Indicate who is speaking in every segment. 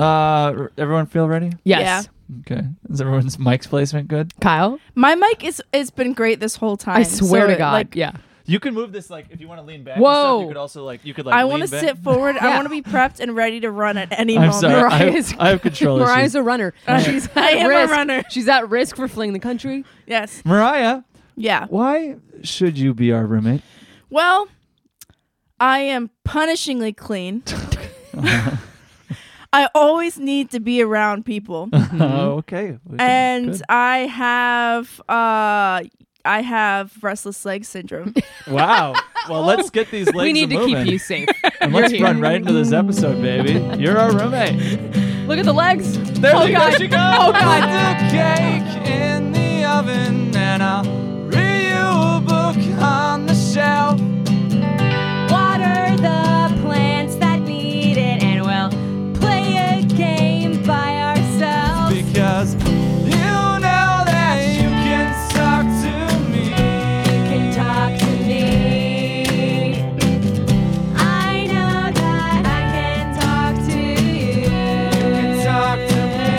Speaker 1: Uh, r- everyone feel ready?
Speaker 2: Yes.
Speaker 3: Yeah.
Speaker 1: Okay. Is everyone's mic's placement good?
Speaker 2: Kyle,
Speaker 3: My mic is it's been great this whole time.
Speaker 2: I swear
Speaker 3: so
Speaker 2: to
Speaker 3: it,
Speaker 2: God.
Speaker 3: like,
Speaker 2: yeah.
Speaker 1: You can move this like if you want to lean back. And
Speaker 2: Whoa.
Speaker 1: stuff, you could also like you could like.
Speaker 3: I
Speaker 1: want to
Speaker 3: sit forward. I
Speaker 2: Yeah.
Speaker 3: want to be prepped and ready to run at any
Speaker 1: I'm
Speaker 3: moment.
Speaker 1: sorry. I
Speaker 2: Mariah's-
Speaker 1: have, I have control
Speaker 2: Mariah's
Speaker 1: issues.
Speaker 2: a runner.
Speaker 3: Uh,
Speaker 2: She's at
Speaker 3: I am a
Speaker 2: risk.
Speaker 3: runner.
Speaker 2: She's at risk for fleeing the country.
Speaker 3: Yes.
Speaker 1: Mariah,
Speaker 3: Yeah.
Speaker 1: why should you be our roommate?
Speaker 3: Well, I am punishingly clean. I always need to be around people.
Speaker 1: Hmm. Oh, okay. We can-
Speaker 3: and
Speaker 1: good.
Speaker 3: I have uh I have restless leg syndrome.
Speaker 1: wow. Well, let's get these legs
Speaker 2: we need to
Speaker 1: moving.
Speaker 2: keep you safe.
Speaker 1: And let's
Speaker 2: You're
Speaker 1: run
Speaker 2: here.
Speaker 1: right into this episode, baby. You're our roommate.
Speaker 2: Look at the legs.
Speaker 1: There,
Speaker 2: Oh,
Speaker 1: she,
Speaker 2: God.
Speaker 1: there she goes.
Speaker 2: Oh, God.
Speaker 1: The cake in the oven, and I'll read you a book on the shelf.
Speaker 4: Water the plants that need it, and we'll play a game by ourselves.
Speaker 1: Because you know that you can talk to me.
Speaker 4: You can talk to me. I know that I can talk to you.
Speaker 1: Talk to me.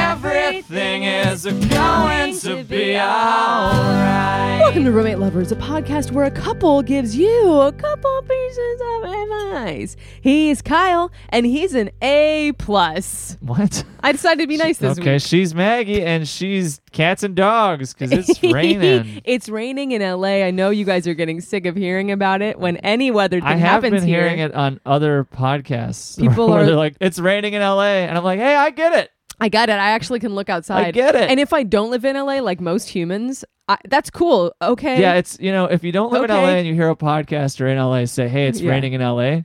Speaker 1: Everything is going to be alright.
Speaker 2: Welcome to Roommate Lovers, a podcast where a couple gives you a couple pieces of advice. He's Kyle, and he's an A plus.
Speaker 1: What?
Speaker 2: I decided to be nice this
Speaker 1: Okay,
Speaker 2: week.
Speaker 1: she's Maggie, and she's cats and dogs because it's raining.
Speaker 2: it's raining in LA. I know you guys are getting sick of hearing about it. When any weather thing
Speaker 1: I have
Speaker 2: happens
Speaker 1: been
Speaker 2: here,
Speaker 1: hearing it on other podcasts.
Speaker 2: People
Speaker 1: where
Speaker 2: are-
Speaker 1: they're like, "It's raining in LA," and I'm like, "Hey, I get it.
Speaker 2: I got it. I actually can look outside.
Speaker 1: I get it."
Speaker 2: And if I don't live in LA, like most humans, I, that's cool. Okay.
Speaker 1: yeah, it's you know, if you don't live in
Speaker 2: Okay.
Speaker 1: LA and you hear a podcaster in LA say, "Hey, it's
Speaker 2: Yeah.
Speaker 1: raining in LA,"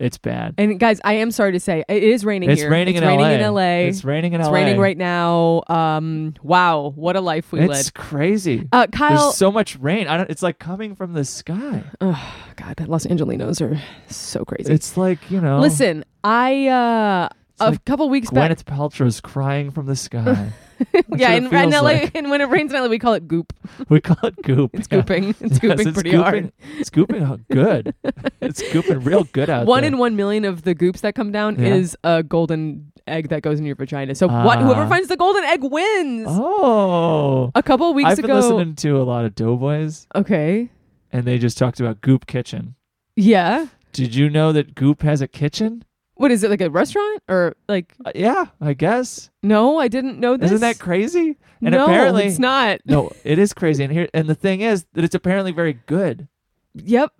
Speaker 1: it's bad.
Speaker 2: and guys, I am sorry to say, it is raining
Speaker 1: It's
Speaker 2: here.
Speaker 1: raining
Speaker 2: it's
Speaker 1: in
Speaker 2: raining
Speaker 1: LA.
Speaker 2: in LA.
Speaker 1: It's raining in
Speaker 2: It's
Speaker 1: LA.
Speaker 2: raining right now. Um, wow, what a life we
Speaker 1: It's
Speaker 2: led.
Speaker 1: crazy.
Speaker 2: Uh, Kyle,
Speaker 1: There's so much rain. I don't, it's like coming from the sky.
Speaker 2: oh, God, that Los Angelinos are so crazy.
Speaker 1: It's like you know,
Speaker 2: Listen, I uh, a
Speaker 1: like
Speaker 2: couple weeks back,
Speaker 1: Gwyneth Paltrow's crying from the sky. That's what
Speaker 2: yeah,
Speaker 1: it
Speaker 2: in, in
Speaker 1: feels
Speaker 2: LA,
Speaker 1: like.
Speaker 2: and when it rains in LA, we call it goop.
Speaker 1: We call it goop.
Speaker 2: It's
Speaker 1: yeah.
Speaker 2: gooping. It's gooping
Speaker 1: Yes,
Speaker 2: pretty
Speaker 1: gooping,
Speaker 2: hard.
Speaker 1: It's gooping good. it's gooping real good out
Speaker 2: One
Speaker 1: there.
Speaker 2: in one million of the goops that come down
Speaker 1: Yeah.
Speaker 2: is a golden egg that goes in your vagina. So what?
Speaker 1: Ah.
Speaker 2: Whoever finds the golden egg wins.
Speaker 1: Oh.
Speaker 2: A couple weeks
Speaker 1: I've been
Speaker 2: ago.
Speaker 1: listening to a lot of Doughboys,
Speaker 2: Okay.
Speaker 1: and they just talked about Goop Kitchen.
Speaker 2: Yeah.
Speaker 1: Did you know that Goop has a kitchen?
Speaker 2: What is it like a restaurant or like?
Speaker 1: Uh, yeah, I guess.
Speaker 2: No, I didn't know this.
Speaker 1: Isn't that crazy? And
Speaker 2: no,
Speaker 1: apparently,
Speaker 2: it's not.
Speaker 1: no, it is crazy. And here, and the thing is that it's apparently very good.
Speaker 2: Yep.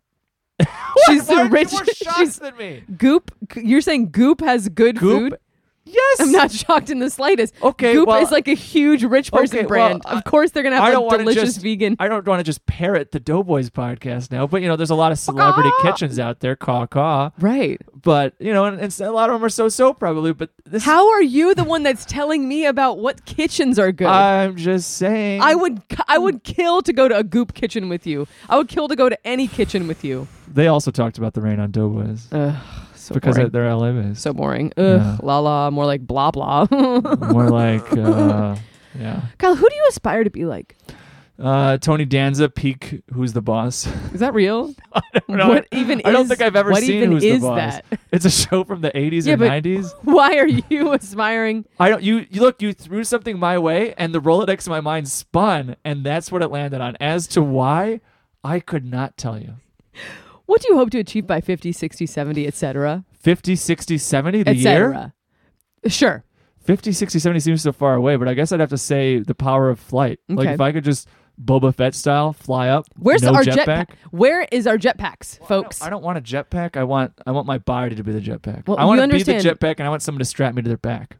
Speaker 2: She's
Speaker 1: Why
Speaker 2: the
Speaker 1: are you
Speaker 2: rich.
Speaker 1: more shocked
Speaker 2: She's
Speaker 1: than me.
Speaker 2: goop. You're saying goop has good
Speaker 1: Goop.
Speaker 2: food.
Speaker 1: Yes.
Speaker 2: I'm not shocked in the slightest.
Speaker 1: Okay,
Speaker 2: Goop
Speaker 1: well,
Speaker 2: is like a huge rich person
Speaker 1: okay, well,
Speaker 2: brand.
Speaker 1: I-
Speaker 2: of course, they're gonna
Speaker 1: I
Speaker 2: have
Speaker 1: don't
Speaker 2: like
Speaker 1: want to
Speaker 2: delicious
Speaker 1: just
Speaker 2: vegan.
Speaker 1: I don't want to just parrot the Doughboys podcast now, but you know, there's a lot of celebrity kitchens out there, caw caw.
Speaker 2: right.
Speaker 1: But you know, and, and a lot of them are so so probably. But this,
Speaker 2: How are you the one that's telling me about what kitchens are good?
Speaker 1: I'm just saying,
Speaker 2: I would I would kill to go to a goop kitchen with you. I would kill to go to any kitchen with you.
Speaker 1: They also talked about the rain on Doughboys
Speaker 2: Ugh, so
Speaker 1: because
Speaker 2: boring.
Speaker 1: they're LA based.
Speaker 2: so boring. Ugh,
Speaker 1: Yeah.
Speaker 2: la la, more like blah blah. Kyle,
Speaker 1: More like, uh, yeah,
Speaker 2: who do you aspire to be like?
Speaker 1: uh, Tony Danza, peak. Who's the boss?
Speaker 2: Is that real?
Speaker 1: know.
Speaker 2: What even?
Speaker 1: I don't
Speaker 2: is-
Speaker 1: think I've ever
Speaker 2: what
Speaker 1: seen
Speaker 2: even
Speaker 1: Who's
Speaker 2: is
Speaker 1: the Boss.
Speaker 2: that?
Speaker 1: It's a show from the 80s
Speaker 2: Yeah,
Speaker 1: or
Speaker 2: but-
Speaker 1: 90s.
Speaker 2: Why are you aspiring?
Speaker 1: I don't. You, you look. You threw something my way, and the Rolodex in my mind spun, and that's what it landed on. As to why, I could not tell you.
Speaker 2: What do you hope to achieve by 50, 60, 70, etc.,
Speaker 1: 50, 60, 70 the year.
Speaker 2: etc.? Sure.
Speaker 1: 50, 60, 70 seems so far away, but I guess I'd have to say the power of flight. Like
Speaker 2: Okay.
Speaker 1: if I could just Boba Fett style fly up.
Speaker 2: Where's
Speaker 1: no
Speaker 2: our
Speaker 1: jetpack?
Speaker 2: jetpack? Where is our jetpacks,
Speaker 1: I don't-
Speaker 2: folks?
Speaker 1: I don't, want a jetpack. I want I want my body to be the jetpack.
Speaker 2: Well,
Speaker 1: I want
Speaker 2: you
Speaker 1: to be the
Speaker 2: understand-
Speaker 1: jetpack, and I want someone to strap me to their back.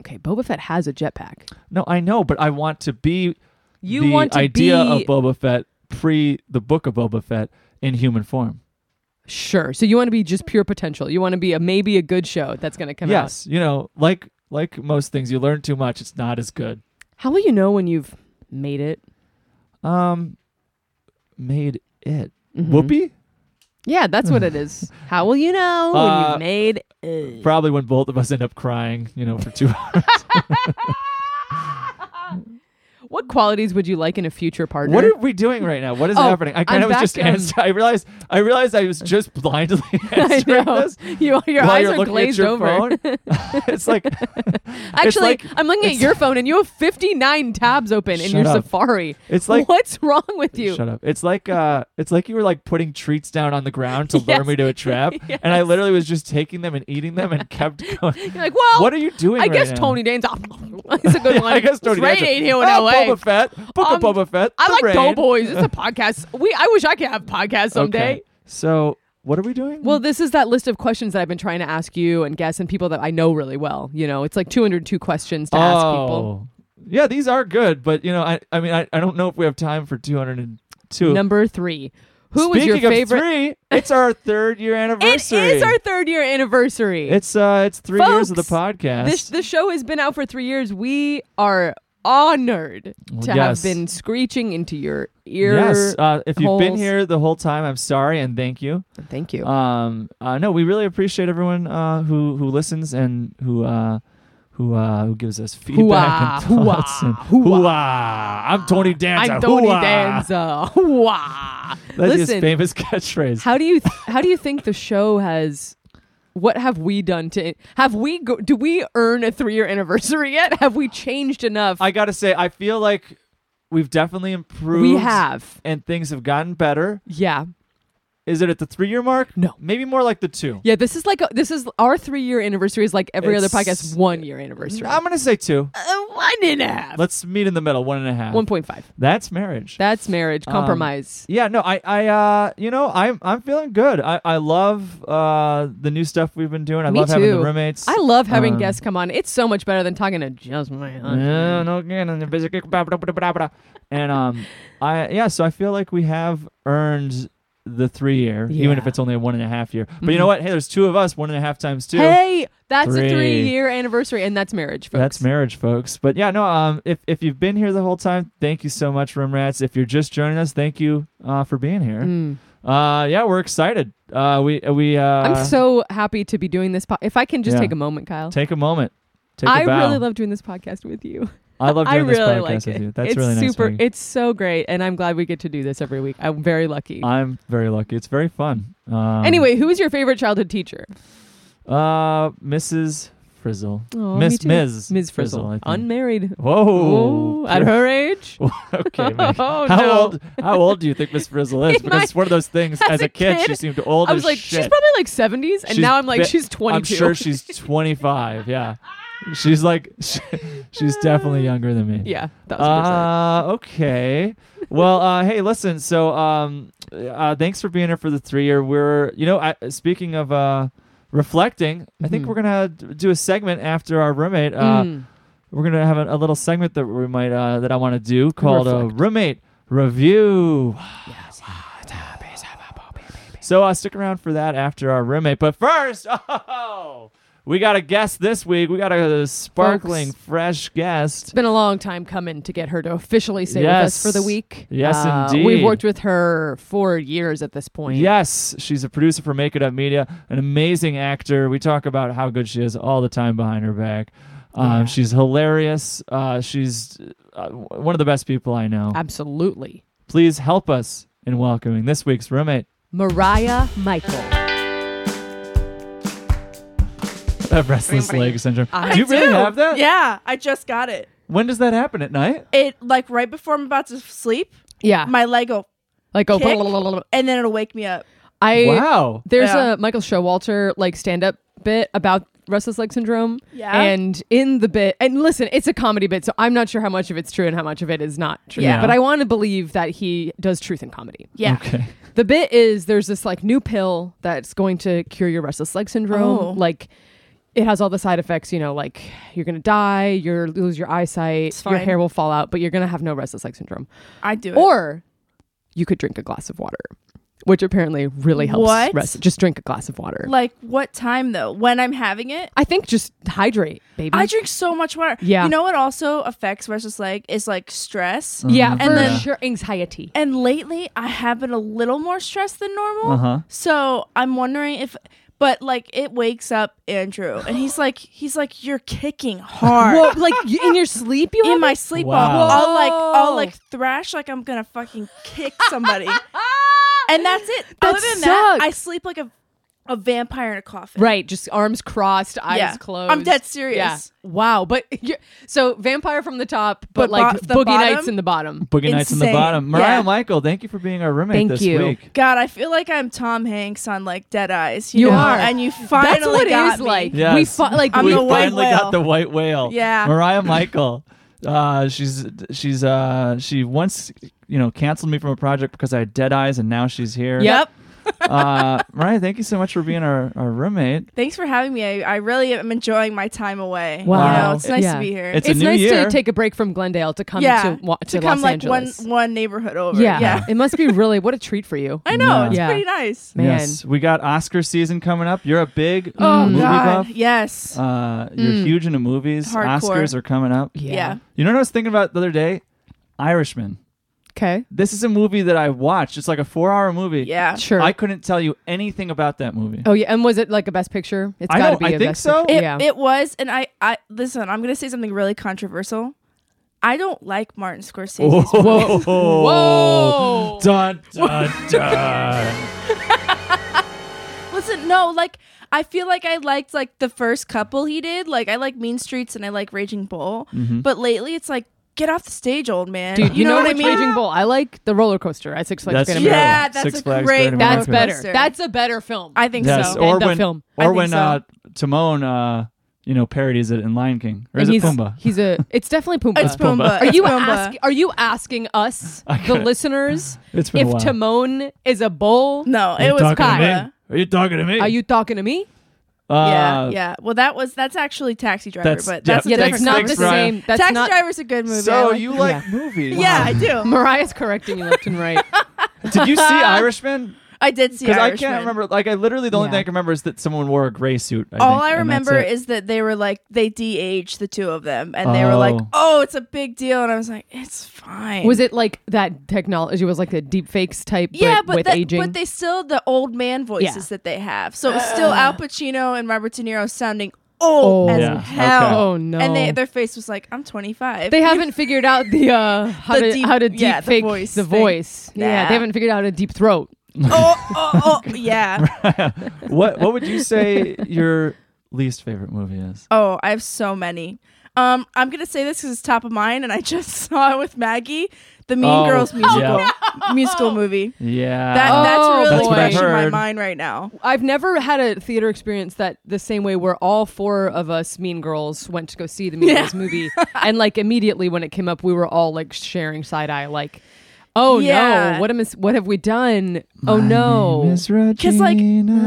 Speaker 2: okay, Boba Fett has a jetpack.
Speaker 1: No, I know, but I want to be
Speaker 2: You
Speaker 1: the
Speaker 2: want to
Speaker 1: idea
Speaker 2: be
Speaker 1: of Boba Fett pre the book of Boba Fett in human form.
Speaker 2: Sure. So you want to be just pure potential. You want to be a maybe a good show that's going to come out.
Speaker 1: yes, you know, like like most things, you learn too much. It's not as good.
Speaker 2: How will you know when you've made it?
Speaker 1: Um, made it.
Speaker 2: Mm-hmm.
Speaker 1: Whoopi?
Speaker 2: Yeah, that's what it is. How will you know when
Speaker 1: Uh,
Speaker 2: you've made it?
Speaker 1: Probably when both of us end up crying, you know, for two hours.
Speaker 2: What qualities would you like in a future partner?
Speaker 1: What are we doing right now? What is
Speaker 2: Oh,
Speaker 1: happening? I kind
Speaker 2: I'm
Speaker 1: of was
Speaker 2: back
Speaker 1: just
Speaker 2: in-
Speaker 1: answer. I realized. I realized I was just blindly
Speaker 2: I
Speaker 1: answering
Speaker 2: know.
Speaker 1: this
Speaker 2: You, your
Speaker 1: while
Speaker 2: eyes
Speaker 1: you're
Speaker 2: are
Speaker 1: looking at
Speaker 2: glazed
Speaker 1: your
Speaker 2: over.
Speaker 1: phone. it's like
Speaker 2: Actually,
Speaker 1: like-
Speaker 2: I'm looking at
Speaker 1: it's-
Speaker 2: your phone and you have 59 tabs open in
Speaker 1: Shut
Speaker 2: your
Speaker 1: up.
Speaker 2: Safari.
Speaker 1: It's like-
Speaker 2: what's wrong with you?
Speaker 1: Shut up. It's like uh it's like you were like putting treats down on the ground to lure
Speaker 2: Yes.
Speaker 1: me to a trap.
Speaker 2: Yes.
Speaker 1: And I literally was just taking them and eating them and kept going.
Speaker 2: You're like, well,
Speaker 1: what are you doing?
Speaker 2: Oh, I
Speaker 1: right
Speaker 2: guess
Speaker 1: now?
Speaker 2: Tony Dan's off. It's a good
Speaker 1: Yeah,
Speaker 2: one.
Speaker 1: I guess Tony
Speaker 2: It's right
Speaker 1: Danza.
Speaker 2: in here in
Speaker 1: oh,
Speaker 2: LA.
Speaker 1: Boba Fett. Book
Speaker 2: Um,
Speaker 1: of Boba Fett.
Speaker 2: I
Speaker 1: The
Speaker 2: like
Speaker 1: Raid.
Speaker 2: Doughboys. It's a podcast. We I wish I could have podcasts someday.
Speaker 1: Okay. So what are we doing?
Speaker 2: Well, this is that list of questions that I've been trying to ask you and guess and people that I know really well. You know, it's like 202 questions to
Speaker 1: oh.
Speaker 2: ask people.
Speaker 1: Yeah, these are good, but you know, I I mean I, I don't know if we have time for two hundred and two.
Speaker 2: Number three. Who was
Speaker 1: Speaking
Speaker 2: your
Speaker 1: of
Speaker 2: favorite?
Speaker 1: three, it's our third year
Speaker 2: It
Speaker 1: anniversary.
Speaker 2: is our third year anniversary.
Speaker 1: it's uh it's three years of the
Speaker 2: Folks,
Speaker 1: podcast.
Speaker 2: This the show has been out for three years. We are honored
Speaker 1: Well,
Speaker 2: to
Speaker 1: yes.
Speaker 2: have been screeching into your ear.
Speaker 1: Yes. Uh, if you've been
Speaker 2: holes.
Speaker 1: here the whole time, I'm sorry and thank you.
Speaker 2: Thank you.
Speaker 1: Um, uh, no, we really appreciate everyone uh, who who listens and who uh, who uh, who gives us feedback and
Speaker 2: Hoo-ah,
Speaker 1: thoughts. and-
Speaker 2: hoo-ah, hoo-ah.
Speaker 1: Hoo-ah. I'm Tony Danza.
Speaker 2: I'm Tony
Speaker 1: hoo-ah.
Speaker 2: Danza. Wah.
Speaker 1: That's his
Speaker 2: Listen,
Speaker 1: famous catchphrase.
Speaker 2: how do you th- how do you think the show has? What have we done to have we go, do we earn a three year anniversary yet? Have we changed enough?
Speaker 1: I gotta say, I feel like we've definitely improved.
Speaker 2: we have.
Speaker 1: and things have gotten better.
Speaker 2: Yeah.
Speaker 1: Is it at the three-year mark?
Speaker 2: No.
Speaker 1: maybe more like the two.
Speaker 2: Yeah, this is like a, this is our three year anniversary is like every other
Speaker 1: It's-
Speaker 2: podcast one year anniversary.
Speaker 1: I'm gonna say two.
Speaker 2: Uh, one and a half.
Speaker 1: Let's meet in the middle, one and a half.
Speaker 2: One point five.
Speaker 1: That's marriage.
Speaker 2: That's marriage
Speaker 1: Um,
Speaker 2: compromise.
Speaker 1: Yeah, no, I, I, uh, you know, I'm, I'm feeling good. I, I love uh, the new stuff we've been doing. I
Speaker 2: Me
Speaker 1: love having the
Speaker 2: too.
Speaker 1: roommates.
Speaker 2: I love having
Speaker 1: um,
Speaker 2: guests come on. It's so much better than talking to just my husband.
Speaker 1: Yeah, no, again, and the basic- blah, blah, blah, blah, blah. and um, I, yeah, so I feel like we have earned the three year, even if
Speaker 2: Yeah. Mm-hmm.
Speaker 1: it's only a one and a half year. But you know what? Hey, there's two of us, one and a half times two.
Speaker 2: Hey, that's
Speaker 1: Three.
Speaker 2: a three-year anniversary, and that's marriage, folks.
Speaker 1: That's marriage, folks. But yeah, no. Um, if if you've been here the whole time, thank you so much, Room Rats. If you're just joining us, thank you uh, for being here.
Speaker 2: Mm.
Speaker 1: Uh, yeah, we're excited. Uh, we we. Uh,
Speaker 2: I'm so happy to be doing this. Po- if I can just
Speaker 1: yeah.
Speaker 2: take a moment, Kyle.
Speaker 1: Take a moment. Take a
Speaker 2: I
Speaker 1: bow.
Speaker 2: really love doing this podcast with you.
Speaker 1: I love
Speaker 2: I
Speaker 1: doing this
Speaker 2: really
Speaker 1: podcast
Speaker 2: like it.
Speaker 1: with you. That's
Speaker 2: it's
Speaker 1: really nice.
Speaker 2: super.
Speaker 1: of you.
Speaker 2: It's so great, and I'm glad we get to do this every week. I'm very lucky.
Speaker 1: I'm very lucky. It's very fun. Um,
Speaker 2: anyway, who is your favorite childhood teacher?
Speaker 1: uh, Mrs. Frizzle,
Speaker 2: Oh, me
Speaker 1: Miss
Speaker 2: too.
Speaker 1: Ms.
Speaker 2: Ms.
Speaker 1: Frizzle,
Speaker 2: Frizzle,
Speaker 1: I think.
Speaker 2: unmarried.
Speaker 1: Whoa!
Speaker 2: Ooh, at her age.
Speaker 1: okay, man.
Speaker 2: Oh,
Speaker 1: how
Speaker 2: no.
Speaker 1: old? How old do you think Miss Frizzle is?
Speaker 2: In
Speaker 1: Because
Speaker 2: my-
Speaker 1: it's one of those things.
Speaker 2: as
Speaker 1: As
Speaker 2: a
Speaker 1: a kid, she
Speaker 2: kid,
Speaker 1: seemed old.
Speaker 2: I was
Speaker 1: as
Speaker 2: like,
Speaker 1: shit.
Speaker 2: she's probably like 70s, and
Speaker 1: She's
Speaker 2: now I'm like,
Speaker 1: ba-
Speaker 2: she's 22.
Speaker 1: I'm sure she's 25. Yeah, she's like, she's definitely younger than me.
Speaker 2: yeah, that was
Speaker 1: Uh, okay. Well, uh, hey, listen. So, um, uh, thanks for being here for the three year. We're, you know, I, speaking of uh, reflecting, I think
Speaker 2: Mhm.
Speaker 1: we're gonna d- do a segment after our roommate. Uh,
Speaker 2: Mm.
Speaker 1: We're gonna have a, a little segment that we might uh, that I want to do called a
Speaker 2: Reflect.
Speaker 1: roommate review. So uh, stick around for that after our roommate. But first, oh, we got a guest this week. We got a sparkling, fresh guest.
Speaker 2: It's been a long time coming to get her to officially stay
Speaker 1: Yes.
Speaker 2: with us for the week.
Speaker 1: Yes,
Speaker 2: Uh,
Speaker 1: indeed.
Speaker 2: We've worked with her for years at this point.
Speaker 1: Yes, she's a producer for Make It Up Media, an amazing actor. We talk about how good she is all the time behind her back. Um,
Speaker 2: Yeah.
Speaker 1: She's hilarious. Uh, she's uh, w- one of the best people I know.
Speaker 2: Absolutely.
Speaker 1: Please help us in welcoming this week's roommate.
Speaker 2: Mariah Michael.
Speaker 1: That restless leg syndrome.
Speaker 2: I
Speaker 1: do you really have that?
Speaker 3: Yeah, I just got it.
Speaker 1: When does that happen at night?
Speaker 3: It like right before I'm about to sleep,
Speaker 2: Yeah.
Speaker 3: my leg will,
Speaker 2: like, oh,
Speaker 3: kick. and then it'll wake me up.
Speaker 2: I,
Speaker 1: wow.
Speaker 2: There's
Speaker 3: Yeah.
Speaker 2: a Michael Showalter like stand up bit about restless leg syndrome.
Speaker 3: Yeah.
Speaker 2: And in the bit, and listen, it's a comedy bit, so I'm not sure how much of it's true and how much of it is not true.
Speaker 1: Yeah.
Speaker 2: But I want to believe that he does truth in comedy.
Speaker 3: Yeah.
Speaker 1: Okay.
Speaker 2: The bit is there's this like new pill that's going to cure your restless leg syndrome.
Speaker 3: Oh.
Speaker 2: Like it has all the side effects, you know, like you're gonna die, you're lose your eyesight,
Speaker 3: It's
Speaker 2: your
Speaker 3: fine.
Speaker 2: hair will fall out, but you're gonna have no restless leg syndrome.
Speaker 3: I do it.
Speaker 2: Or you could drink a glass of water, which apparently really helps.
Speaker 3: What?
Speaker 2: Rest- just drink a glass of water.
Speaker 3: like what time though? When I'm having it?
Speaker 2: I think just hydrate, baby.
Speaker 3: I drink so much water.
Speaker 2: Mm. Yeah.
Speaker 3: You know what also affects restless leg is like stress.
Speaker 2: yeah,
Speaker 1: Mhm.
Speaker 2: for
Speaker 3: And then-
Speaker 2: sure anxiety. Uh-huh.
Speaker 3: And lately I have been a little more stressed than normal.
Speaker 1: Uh huh.
Speaker 3: So I'm wondering if But like it wakes up Andrew and he's like he's like you're kicking hard.
Speaker 2: Whoa, like you- in your sleep, you
Speaker 3: in
Speaker 2: have
Speaker 3: my
Speaker 2: it?
Speaker 3: sleep
Speaker 1: Wow.
Speaker 3: I'll- I'll like I'll
Speaker 2: Whoa.
Speaker 3: like thrash like I'm gonna fucking kick somebody. and that's it.
Speaker 2: That
Speaker 3: Other than that,
Speaker 2: sucks.
Speaker 3: I sleep like a a vampire in a coffin.
Speaker 2: right, just arms crossed, eyes
Speaker 3: Yeah.
Speaker 2: closed.
Speaker 3: I'm dead serious.
Speaker 2: Yeah. Wow. But you're, so vampire from the top, but,
Speaker 3: But
Speaker 2: like
Speaker 3: bo- the
Speaker 2: boogie
Speaker 3: bottom?
Speaker 2: nights in the bottom.
Speaker 1: Boogie Nights in the
Speaker 3: Insane.
Speaker 1: Bottom. Mariah
Speaker 3: Yeah.
Speaker 1: Michael, thank you for being our roommate
Speaker 2: Thank
Speaker 1: this
Speaker 2: you.
Speaker 1: week.
Speaker 3: God, I feel like I'm Tom Hanks on like Dead Eyes. You,
Speaker 2: You
Speaker 3: know?
Speaker 2: are.
Speaker 3: and you finally
Speaker 2: That's what it
Speaker 3: got
Speaker 2: is
Speaker 3: me.
Speaker 2: like.
Speaker 1: Yes.
Speaker 2: We fi- like
Speaker 3: I'm
Speaker 2: we
Speaker 1: we
Speaker 3: the white
Speaker 1: finally got
Speaker 3: whale.
Speaker 1: the white whale.
Speaker 3: Yeah.
Speaker 1: Mariah Michael. Uh, she's she's uh she once you know canceled me from a project because I had dead eyes and now she's here.
Speaker 3: Yep.
Speaker 1: uh, Mariah, thank you so much for being our, our roommate.
Speaker 3: Thanks for having me. I, I really am enjoying my time away. You
Speaker 2: Wow.
Speaker 3: know, it's nice
Speaker 2: Yeah.
Speaker 3: to be here.
Speaker 1: It's a
Speaker 2: it's
Speaker 1: new
Speaker 2: nice
Speaker 1: year.
Speaker 2: to take a break from Glendale to come
Speaker 3: yeah,
Speaker 2: to, wa- to,
Speaker 3: come
Speaker 2: Los
Speaker 3: like
Speaker 2: Angeles.
Speaker 3: one one neighborhood over.
Speaker 2: yeah.
Speaker 3: Yeah,
Speaker 2: it must be really what a treat for you,
Speaker 3: I know.
Speaker 1: Yeah.
Speaker 3: It's
Speaker 2: Yeah.
Speaker 3: pretty nice.
Speaker 2: man.
Speaker 1: Yes, we got Oscar season coming up. You're a big
Speaker 3: Oh
Speaker 1: Mm-hmm. movie
Speaker 3: God,
Speaker 1: buff.
Speaker 3: yes.
Speaker 1: Uh, you're
Speaker 2: Mm.
Speaker 1: huge into movies.
Speaker 3: Hardcore.
Speaker 1: Oscars are coming up.
Speaker 3: yeah.
Speaker 1: You know what I was thinking about the other day? Irishman.
Speaker 2: Okay.
Speaker 1: This is a movie that I watched. It's like a four-hour movie.
Speaker 3: Yeah.
Speaker 2: Sure.
Speaker 1: I couldn't tell you anything about that movie.
Speaker 2: oh yeah. And was it like a best picture? It's
Speaker 1: I
Speaker 2: got to
Speaker 1: don't-
Speaker 2: be.
Speaker 1: I
Speaker 2: a
Speaker 1: think
Speaker 2: best
Speaker 1: so.
Speaker 2: picture.
Speaker 3: It
Speaker 2: yeah.
Speaker 3: it was, and I I listen. I'm gonna say something really controversial. I don't like Martin
Speaker 1: Oh.
Speaker 3: Scorsese.
Speaker 1: Whoa.
Speaker 2: Whoa.
Speaker 1: Dun, dun, dun.
Speaker 3: Listen, no, like I feel like I liked like the first couple he did. Like I like Mean Streets and I like Raging Bull,
Speaker 1: Mm-hmm.
Speaker 3: but lately it's like get off the stage, old man.
Speaker 2: Dude, you, know,
Speaker 3: what I
Speaker 2: which
Speaker 3: mean?
Speaker 2: Raging Bull? I like the roller coaster at Six Flags
Speaker 1: That's
Speaker 2: Great
Speaker 1: true.
Speaker 2: America.
Speaker 3: Yeah, that's
Speaker 1: Six
Speaker 3: a
Speaker 1: Flags,
Speaker 3: great.
Speaker 1: Great
Speaker 2: That's
Speaker 1: America.
Speaker 2: better.
Speaker 3: Coaster.
Speaker 2: That's a better film.
Speaker 3: I think
Speaker 1: Yes, Oh,
Speaker 3: so.
Speaker 1: or
Speaker 2: And the
Speaker 1: when,
Speaker 2: film.
Speaker 3: I
Speaker 1: or
Speaker 3: think
Speaker 1: when
Speaker 3: so.
Speaker 1: uh, Timon, uh, you know, parodies it in Lion King. Or is
Speaker 2: And
Speaker 1: it
Speaker 2: he's-
Speaker 1: Pumbaa?
Speaker 2: He's a. It's definitely Pumbaa.
Speaker 3: It's Pumbaa.
Speaker 1: Pumbaa.
Speaker 2: Are
Speaker 3: It's
Speaker 2: you
Speaker 3: Pumbaa.
Speaker 2: asking? Are you asking us,
Speaker 1: I
Speaker 2: the
Speaker 1: couldn't-
Speaker 2: listeners,
Speaker 1: It's been a
Speaker 2: if
Speaker 1: while.
Speaker 2: Timon is a bull?
Speaker 3: No,
Speaker 1: Are you
Speaker 3: it was
Speaker 1: talking to me?
Speaker 3: Pumbaa.
Speaker 1: Are you talking to me?
Speaker 2: Are you talking to me?
Speaker 1: Uh,
Speaker 3: yeah, yeah. Well, that was that's actually Taxi Driver,
Speaker 1: That's-
Speaker 3: but
Speaker 1: yeah,
Speaker 3: that's
Speaker 2: Yeah,
Speaker 3: a
Speaker 2: that's
Speaker 3: different
Speaker 2: not the
Speaker 1: Thanks,
Speaker 3: conversation.
Speaker 1: Ryan.
Speaker 2: same. That's
Speaker 3: Taxi
Speaker 2: not.
Speaker 3: Driver's a good movie. I
Speaker 1: So
Speaker 3: like
Speaker 1: you
Speaker 3: that.
Speaker 1: like movies?
Speaker 3: Yeah, I do.
Speaker 2: Mariah's correcting you left and right.
Speaker 1: Did you see Irishman?
Speaker 3: I did see.
Speaker 1: Because I
Speaker 3: Irishman.
Speaker 1: can't remember. Like, I literally the only
Speaker 2: Yeah.
Speaker 1: thing I can remember is that someone wore a gray suit. I think,
Speaker 3: All I
Speaker 1: and that's
Speaker 3: remember
Speaker 1: it.
Speaker 3: is that they were like they de-aged the two of them, and they were like,
Speaker 1: Oh.
Speaker 3: "Oh, it's a big deal," and I was like, "It's fine."
Speaker 2: Was it like that technology was like the deep fakes type?
Speaker 3: Yeah, but
Speaker 2: with
Speaker 3: that-
Speaker 2: aging.
Speaker 3: but they still the old man voices
Speaker 2: Yeah.
Speaker 3: that they have. So it's still Al Pacino and Robert De Niro sounding old
Speaker 2: Oh.
Speaker 3: as
Speaker 2: Yeah,
Speaker 3: hell.
Speaker 2: okay. Oh, no.
Speaker 3: And they, their face was like, "I'm 25."
Speaker 2: They haven't figured out the uh, how
Speaker 3: The
Speaker 2: to
Speaker 3: deep-
Speaker 2: how to deep
Speaker 3: yeah, the
Speaker 2: fake
Speaker 3: voice
Speaker 2: the
Speaker 3: thing.
Speaker 2: voice. Yeah,
Speaker 3: Nah.
Speaker 2: they haven't figured out how to deep throat.
Speaker 3: oh, oh, oh, yeah.
Speaker 1: what What would you say your least favorite movie is?
Speaker 3: Oh, I have so many. Um, I'm gonna say this because it's top of mind, and I just saw it with Maggie, the Mean
Speaker 1: Oh,
Speaker 3: Girls
Speaker 1: yeah.
Speaker 3: musical musical movie.
Speaker 1: Yeah.
Speaker 3: That
Speaker 2: Oh,
Speaker 3: that's
Speaker 1: That's
Speaker 3: really
Speaker 1: what I
Speaker 3: fresh in my
Speaker 1: heard.
Speaker 3: mind right now.
Speaker 2: I've never had a theater experience that the same way where all four of us Mean Girls went to go see the Mean Girls movie, and like immediately when it came up, we were all like sharing side eye, like, "Oh
Speaker 3: Yeah.
Speaker 2: no, what am what have we done? oh no,
Speaker 1: Because
Speaker 3: like,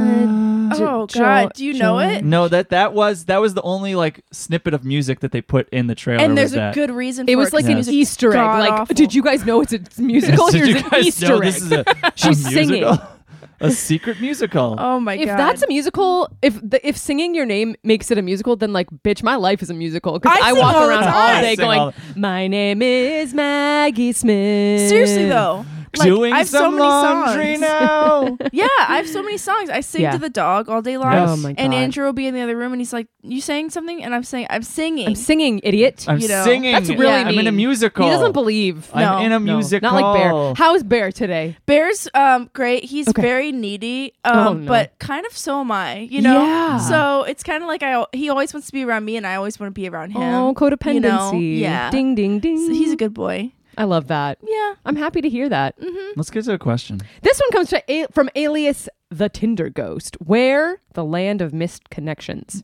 Speaker 1: like.
Speaker 3: Oh
Speaker 2: Jo-
Speaker 3: God, do you
Speaker 2: Jo-
Speaker 3: know it?
Speaker 1: No, that that was that was the only like snippet of music that they put in the trailer.
Speaker 3: And there's
Speaker 1: was
Speaker 3: a
Speaker 1: that.
Speaker 3: good reason.
Speaker 2: it
Speaker 3: for
Speaker 2: was like
Speaker 3: because
Speaker 2: an
Speaker 3: the music's
Speaker 2: Easter egg. Like,
Speaker 3: god-awful.
Speaker 2: did you guys know it's a musical?
Speaker 1: Did
Speaker 2: Here's
Speaker 1: you
Speaker 2: an
Speaker 1: guys
Speaker 2: Easter
Speaker 1: know
Speaker 2: egg.
Speaker 1: this is a,
Speaker 2: She's
Speaker 1: a
Speaker 2: singing.
Speaker 1: musical? a secret musical.
Speaker 3: Oh my
Speaker 2: if
Speaker 3: God!
Speaker 2: that's a musical, if the, if singing your name makes it a musical, then like, bitch, my life is a musical because
Speaker 3: I
Speaker 2: I,
Speaker 3: sing
Speaker 2: walk
Speaker 3: all the
Speaker 2: around all
Speaker 3: time.
Speaker 1: I
Speaker 2: day
Speaker 1: sing
Speaker 2: going,
Speaker 1: all-
Speaker 2: "My name is Maggie Smith."
Speaker 3: Seriously though, like,
Speaker 1: Doing
Speaker 3: I have
Speaker 1: some
Speaker 3: so many
Speaker 1: laundry
Speaker 3: songs.
Speaker 1: now.
Speaker 3: Yeah, I have so many songs. I sing
Speaker 2: Yeah.
Speaker 3: to the dog all day long.
Speaker 1: Yes.
Speaker 2: Oh my god!
Speaker 3: And Andrew will be in the other room, and he's like, "You saying something?" And I'm saying, "I'm singing."
Speaker 2: I'm singing, idiot.
Speaker 1: I'm
Speaker 3: You know,
Speaker 1: singing.
Speaker 2: That's really
Speaker 1: I'm in a
Speaker 2: mean.
Speaker 1: musical.
Speaker 2: He doesn't believe.
Speaker 1: I'm
Speaker 3: No,
Speaker 1: in a
Speaker 2: No,
Speaker 1: musical.
Speaker 2: Not like Bear. How's Bear today?
Speaker 3: Bear's um great. He's
Speaker 2: Okay.
Speaker 3: very needy, um,
Speaker 2: Oh, no.
Speaker 3: but kind of so am I. You know.
Speaker 2: Yeah.
Speaker 3: So it's kind of like I. al- He always wants to be around me, and I always want to be around him.
Speaker 2: Oh, codependency.
Speaker 3: You know? Yeah.
Speaker 2: Ding ding ding.
Speaker 3: So he's a good Mm. boy.
Speaker 2: I love that.
Speaker 3: Yeah.
Speaker 2: I'm happy to hear that.
Speaker 1: Let's get to a question.
Speaker 2: This one comes to a- from Alias the Tinder Ghost, where the land of missed connections.